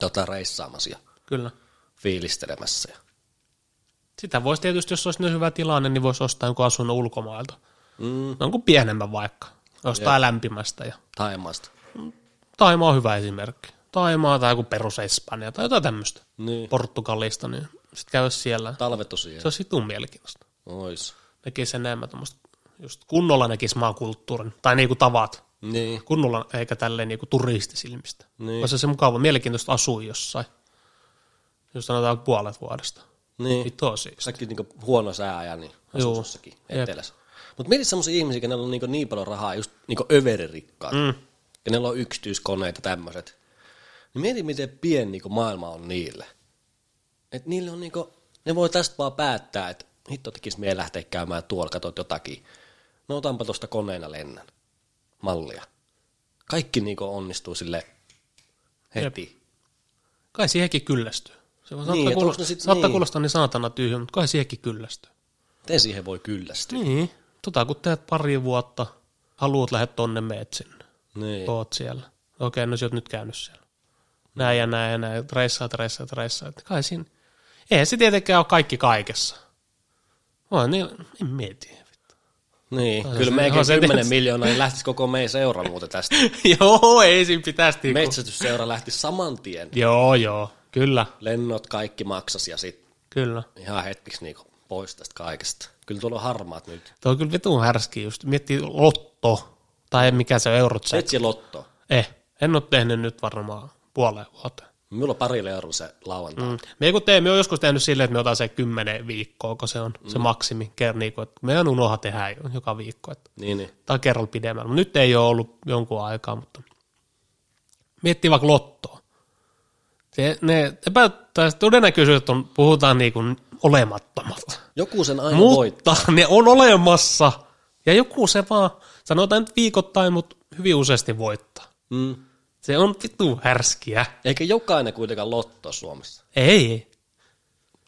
tota, reissaamassa ja kyllä. fiilistelemässä. Ja. Sitä voisi tietysti, jos olisi niin hyvä tilanne, niin voisi ostaa jonkun asunnon ulkomailta. Mm. Jonkun pienemmän vaikka. Ostaa lämpimästä. Ja... Taimasta. Taimaa on hyvä esimerkki. Taimaa tai joku perus Espanja tai jotain tämmöistä. Niin. Portugalista, niin sitten käy siellä. Talvet tosiaan. Se olisi vitun mielenkiintoista. Ois. Näkisi enemmän tuommoista, just kunnolla näkisi maakulttuurin, tai niinku tavat, Niin. kunnolla eikä tälleen niinku turistisilmistä. Niin. Niin. Olisi se mukava, mielenkiintoista asua jossain, jos sanotaan puolet vuodesta. siis. Niin. Vittu on siistiä. Säkin niinku huono sääaja, niin asuu Juu. jossakin Jep. etelässä. Mutta mietit semmoisia ihmisiä, kenellä on niinku niin paljon rahaa, just niinku överirikkaat. Mm. Kenellä on yksityiskoneita tämmöiset. Niin mieti, miten pieni niinku maailma on niille. Et niille on niinku, ne voi tästä vaan päättää, että hitto tekis mie lähteä käymään tuolla, katot jotakin. No otanpa tuosta koneena lennän. Mallia. Kaikki niinku onnistuu sille heti. Jep. Kai siihenkin kyllästyy. Se voi Niin, saattaa, et niin, onks ne kuulostaa, sit sit, saattaa niin? niin. kuulostaa niin saatana tyhjä, mutta kai siihenkin kyllästyy. Miten siihen voi kyllästyä? Niin. Tota kun teet pari vuotta, haluat lähdet tonne, meet sinne. Niin. Oot siellä. Okei, no sä oot nyt käynyt siellä. Näin ja näin ja näin. Reissaat, reissaat, reissaat. Kai siinä. Eihän se tietenkään ole kaikki kaikessa. Voi niin, en mieti. vittu. Niin, Onhan kyllä se- meikin onhan se 10 tietysti. Niin miljoonaa niin lähtisi koko meidän seura muuten tästä. joo, ei siinä pitäisi. Niinku. Metsästysseura lähti saman tien. Joo, joo. Kyllä, Lennot kaikki maksas ja sitten kyllä. ihan hetkeksi niinku pois tästä kaikesta. Kyllä tuolla on harmaat nyt. Tuo on kyllä vitun härski just. Miettii lotto. Tai mikä se on, eurot se. Metsi lotto. Eh, en ole tehnyt nyt varmaan puoleen vuoteen. Mulla on parille eurolla se lauantai. Mm. Me kun teemme, on joskus tehnyt silleen, että me otan se kymmenen viikkoa, kun se on mm. se maksimi. Ker, niin kuin, että meidän unoha tehdä jo- joka viikko. Että, Niin, niin. tai kerralla pidemmällä. Mut Nyt ei ole ollut jonkun aikaa, mutta miettii vaikka lottoa. Se, ne epä, tai todennäköisyydet on, puhutaan niin kuin olemattomat. Joku sen aina Mut. voit. Mutta ne on olemassa. Ja joku se vaan, sanotaan nyt viikoittain, mutta hyvin useasti voittaa. Mm. Se on vittu härskiä. Eikä jokainen kuitenkaan lotto Suomessa. Ei.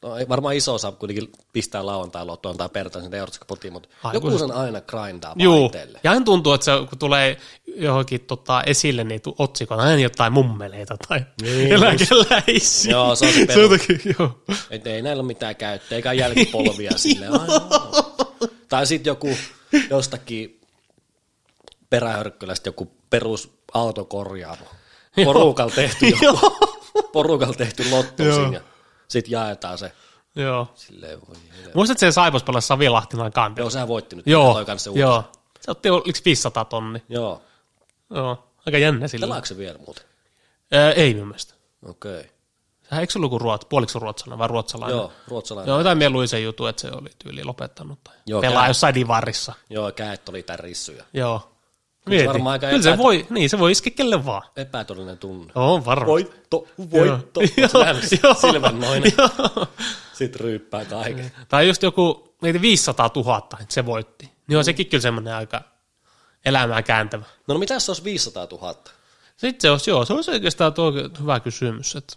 No, ei- varmaan iso osa kuitenkin pistää lauantai lottoon tai perjantai sen eurot kotiin, mutta Ai, joku kun- sen aina grindaa vaan Juu. itselle. Ja hän tuntuu, että se, kun tulee johonkin tota, esille niin tu- otsikon, hän jotain mummeleita tai Niin, niin, eläkeläisiä. Joo, se on se se peru- on toki, joo. Että ei näillä ole mitään käyttöä, eikä jälkipolvia sille. Ai, joo. tai sitten joku jostakin perähörkkylästä joku perus autokorjaamo. Porukalla tehty, joku, joo. porukalla tehty lottu Joo. siinä. Sitten jaetaan se. joo. Silleen, voi helvetti. Muistatko sen Saivospalassa Savi Lahtinen kantti? joo, sehän voitti nyt. joo. Toi kanssa se uusi. joo. Se otti oliko 500 tonni. joo. Joo. Aika jännä sillä. Pelaako se vielä muuten? Ää, ei mun mielestä. Okei. Okay. Sehän eikö se ollut kuin ruot, puoliksi ruotsalainen vai ruotsalainen? Joo, ruotsalainen. Joo. Joo, jotain mieluin se juttu, että se oli tyyli lopettanut tai Joo, joo, pelaa käy. jossain divarissa. joo, käet oli tämän rissyjä. Joo. se Mieti. varmaan aika Kyllä se epä- voi, niin se voi iskeä kelle vaan. Epätodellinen tunne. On varmaan. Voitto, voitto. Joo, Oot nähnyt sen joo, Silmän noin, joo. sit ryyppää kaiken. Tai just joku, niitä 500 000, että se voitti. Niin on sekin kyllä semmoinen aika elämää kääntävä. No, no mitä jos se olisi 500 000? Sitten se olisi, joo, se olisi oikeastaan tuo hyvä kysymys. Että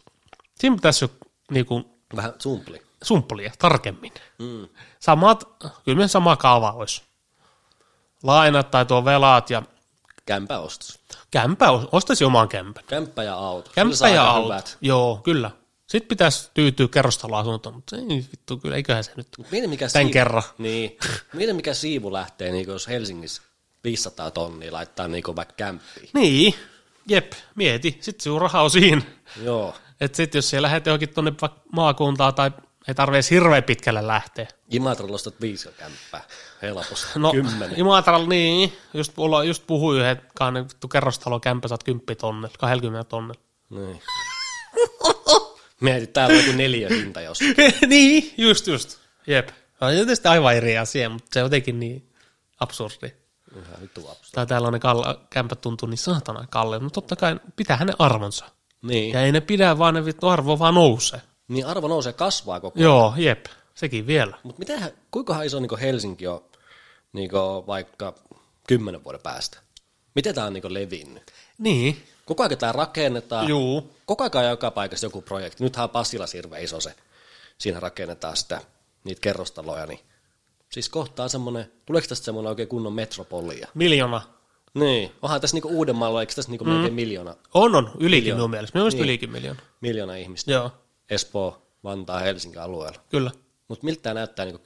siinä pitäisi jo niinku, Vähän sumpli. sumplia tarkemmin. Mm. Samat, kyllä me sama kaava olisi. Lainat tai tuo velat ja Kämpä ostos. kämpä, os- ostaisi oman kämpän. Kämppä ja auto. Kyllä saa Kämppä aika ja auto. hyvät. Joo, kyllä. Sitten pitäisi tyytyä kerrostaloasuntoon, mutta ei vittu, kyllä, eiköhän se nyt. Mieti mikä Tän siivu. kerran. Niin. Mieti mikä siivu lähtee, niin jos Helsingissä 500 tonnia laittaa niin vaikka kämppiin. Niin, jep, mieti. Sitten sinun raha on siinä. Joo. Että sitten jos siellä lähdet johonkin tuonne vaikka maakuntaan tai Ei tarvitse hirveän pitkälle lähteä. Imatralla ostat viisi kämppää. Helposti. No, Kymmenen. Imatralla niin, just, mulla, just puhui yhden kahden vittu kerrostalokämpö, saat 10 tonnella, 20 tonnella. Niin. Mietit, täällä on joku neljä hinta jos. niin, just just, jep. No, se on tietysti aivan eri asia, mutta se on jotenkin niin absurdi. Ihan vittu lapsi. Tai täällä on ne kall- kämpät tuntuu niin saatana kalliilta, mutta totta kai pitää ne arvonsa. Niin. Ja ei ne pidä, vaan ne vittu arvo vaan nousee. Niin arvo nousee kasvaa koko Joo, jep, sekin vielä. Mutta mitähän, kuinkahan iso niin Helsinki on niin vaikka kymmenen vuoden päästä? Miten tämä on niin levinnyt? Niin, Koko ajan tämä rakennetaan. juu. Koko ajan on joka paikassa joku projekti. Nythän on Pasilassa hirveän iso se. Siinä rakennetaan sitä, niitä kerrostaloja. Niin. Siis kohtaa semmoinen, tuleeko tästä semmoinen oikein kunnon metropolia? Miljoona. Niin. Onhan tässä niinku Uudenmaalla, eikö tässä niinku mm. melkein miljoona, On, on, ylikin minun mielestä. Minun mielestä ylikin miljoona. miljoona ihmistä? Joo, Espoo, Vantaa, Helsingin alueella. kyllä. Mutta miltä tämä näyttää niinku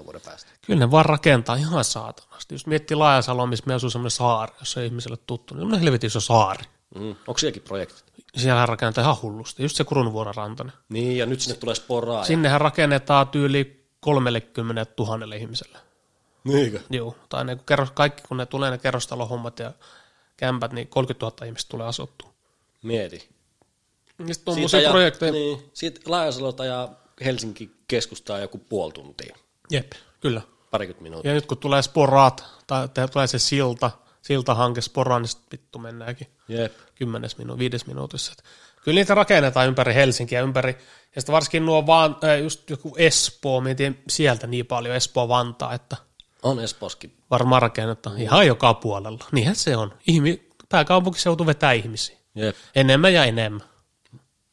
10-20 vuoden päästä? Kyllä ne vaan rakentaa ihan saatanasti. Jos miettii Laajasaloa, missä me asuu semmoinen saari, jos ei ihmiselle tuttu, niin on helvetin iso saari. Mm. Onko sielläkin projektit? Siellä rakennetaan ihan hullusti, just se Kurunvuoren rantainen. Niin, ja nyt sinne tulee sporaa. Sin- Sinnehän rakennetaan tyyli 30 000 ihmiselle. Niinkö? Joo, tai ne, kun kerros, kaikki kun ne tulee ne kerrostalohommat ja kämpät, niin 30 000 ihmistä tulee asuttua. Mieti. Niistä tuommoisia projekteja. Niin. niin, siitä Laajasalolta ja Helsinki keskustaa joku puoli tuntia, Jep, kyllä. parikymmentä minuuttia. Ja nyt kun tulee sporat, tai te- tulee se silta, siltahanke sporaan, niin sit vittu mennäänkin. Jep. kymmenes minu, viides minuutissa. Et kyllä niitä rakennetaan ympäri Helsinkiä, ympäri, ja sitten varsinkin nuo vaan, äh, just joku Espoo, mietin sieltä niin paljon Espoo Vantaa, että On Esposkin. varmaan rakennetaan ihan joka puolella. Niinhän se on. Ihmi, pääkaupunkiseutu vetää ihmisiä. Jep. Enemmän ja enemmän.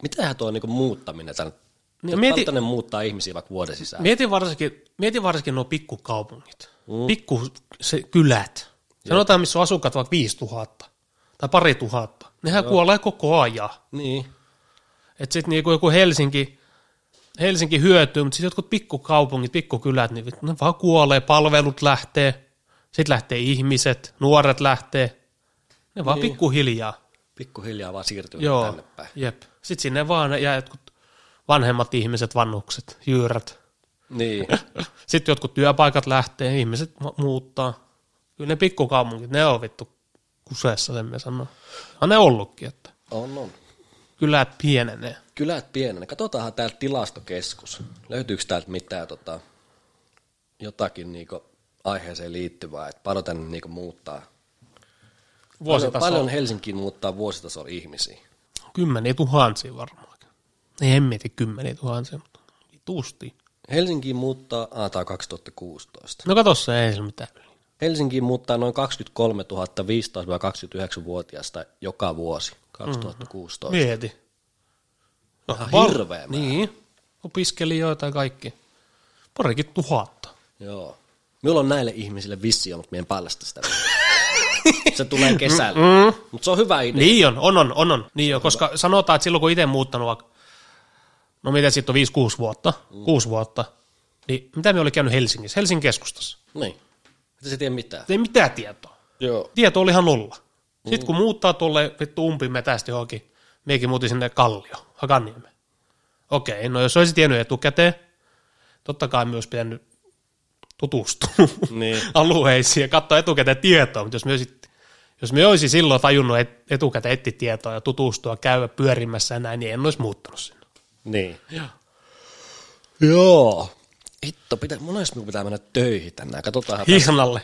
Mitähän tuo niinku muuttaminen tämän? Niin, Niin, mieti- mieti... ne muuttaa ihmisiä vaikka vuoden sisään. Mietin varsinkin, mietin varsinkin nuo pikkukaupungit, mm. pikkukylät. Sanotaan, missä on asukkaat vaikka 5000 tai pari tuhatta. Nehän kuolee koko ajan. Niin. Että sitten niinku joku Helsinki, Helsinki hyötyy, mutta sitten jotkut pikkukaupungit, pikkukylät, niin vittu, ne vaan kuolee, palvelut lähtee, sitten lähtee ihmiset, nuoret lähtee, ne vaan niin. pikkuhiljaa. Pikkuhiljaa vaan siirtyy Joo, tänne päin. jep. Sitten sinne vaan jää jotkut vanhemmat ihmiset, vannukset, jyyrät. Niin. Sitten jotkut työpaikat lähtee, ihmiset ma- muuttaa. Kyllä ne pikkukaupungit, ne on vittu kuseessa, sen me sanon. On ne ollutkin, että on, on. kylät pienenee. Kylät pienenä. Katsotaanhan täältä tilastokeskus. Löytyykö täältä mitään tota, jotakin niinku aiheeseen liittyvää, että paljon tänne niinku muuttaa? Paljon, Vuositasolla. paljon Helsinkiin muuttaa vuositasolla ihmisiä. Kymmeniä tuhansia varmaan. Ei en mieti kymmeniä tuhansia, mutta vitusti. Helsinkiin muuttaa, aa, tää on 2016. No kato se, ei se mitään. Helsinkiin muuttaa noin 23 15-29-vuotiaista joka vuosi 2016. Mm. Mieti. No, Ihan pal- hirveä määrä. Niin, opiskelijoita ja kaikki. Parikin tuhatta. Joo. Minulla on näille ihmisille visio, mutta minä en paljasta sitä. se tulee kesällä. Mutta se on hyvä idea. Niin on, on, on, on, on. Niin on, koska sanotaan, että silloin kun itse muuttanut vaikka, no mitä sitten on 5-6 vuotta, mm. 6 vuotta, niin mitä me oli käynyt Helsingissä, Helsingin keskustassa? Niin. Että se ei tiedä mitään. Ei mitään tietoa. Joo. Tieto oli ihan nolla. Sitten kun muuttaa tuolle vittu umpimetästä johonkin, miekin muutin sinne Kallio, Hakaniemeen. Okei, no jos olisi tiennyt etukäteen, totta kai myös pitänyt tutustua Niin. alueisiin ja katsoa etukäteen tietoa, mutta jos me olisit, jos me olisi silloin tajunnut et, etukäteen etti tietoa ja tutustua, käydä pyörimässä ja näin, niin en olisi muuttanut sinne. Niin. Joo. Hitto, pitää, mun olisi minun pitää mennä töihin tänään. Katsotaan. Hiihanalle.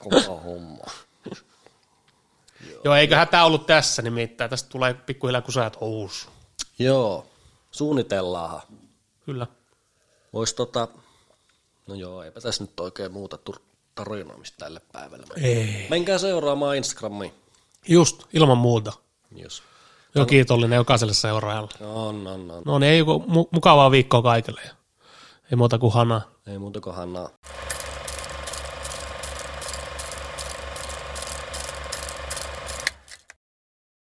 Kova homma. Joo, eiköhän tämä ollut tässä nimittäin. Tästä tulee pikkuhiljaa kusajat housu. Joo. Suunnitellaanhan. Kyllä. Voisi tota, no joo, eipä tässä nyt oikein muuta tur- tarinoimista tälle päivälle. Ei. Menkää seuraamaan Instagramia, Just, ilman muuta. jos. Joo, kiitollinen jokaiselle seuraajalle. On, on, on. No niin, ei, kun mu- mukavaa viikkoa kaikille. Ei muuta kuin hanaa. Ei muuta kuin Hannaa.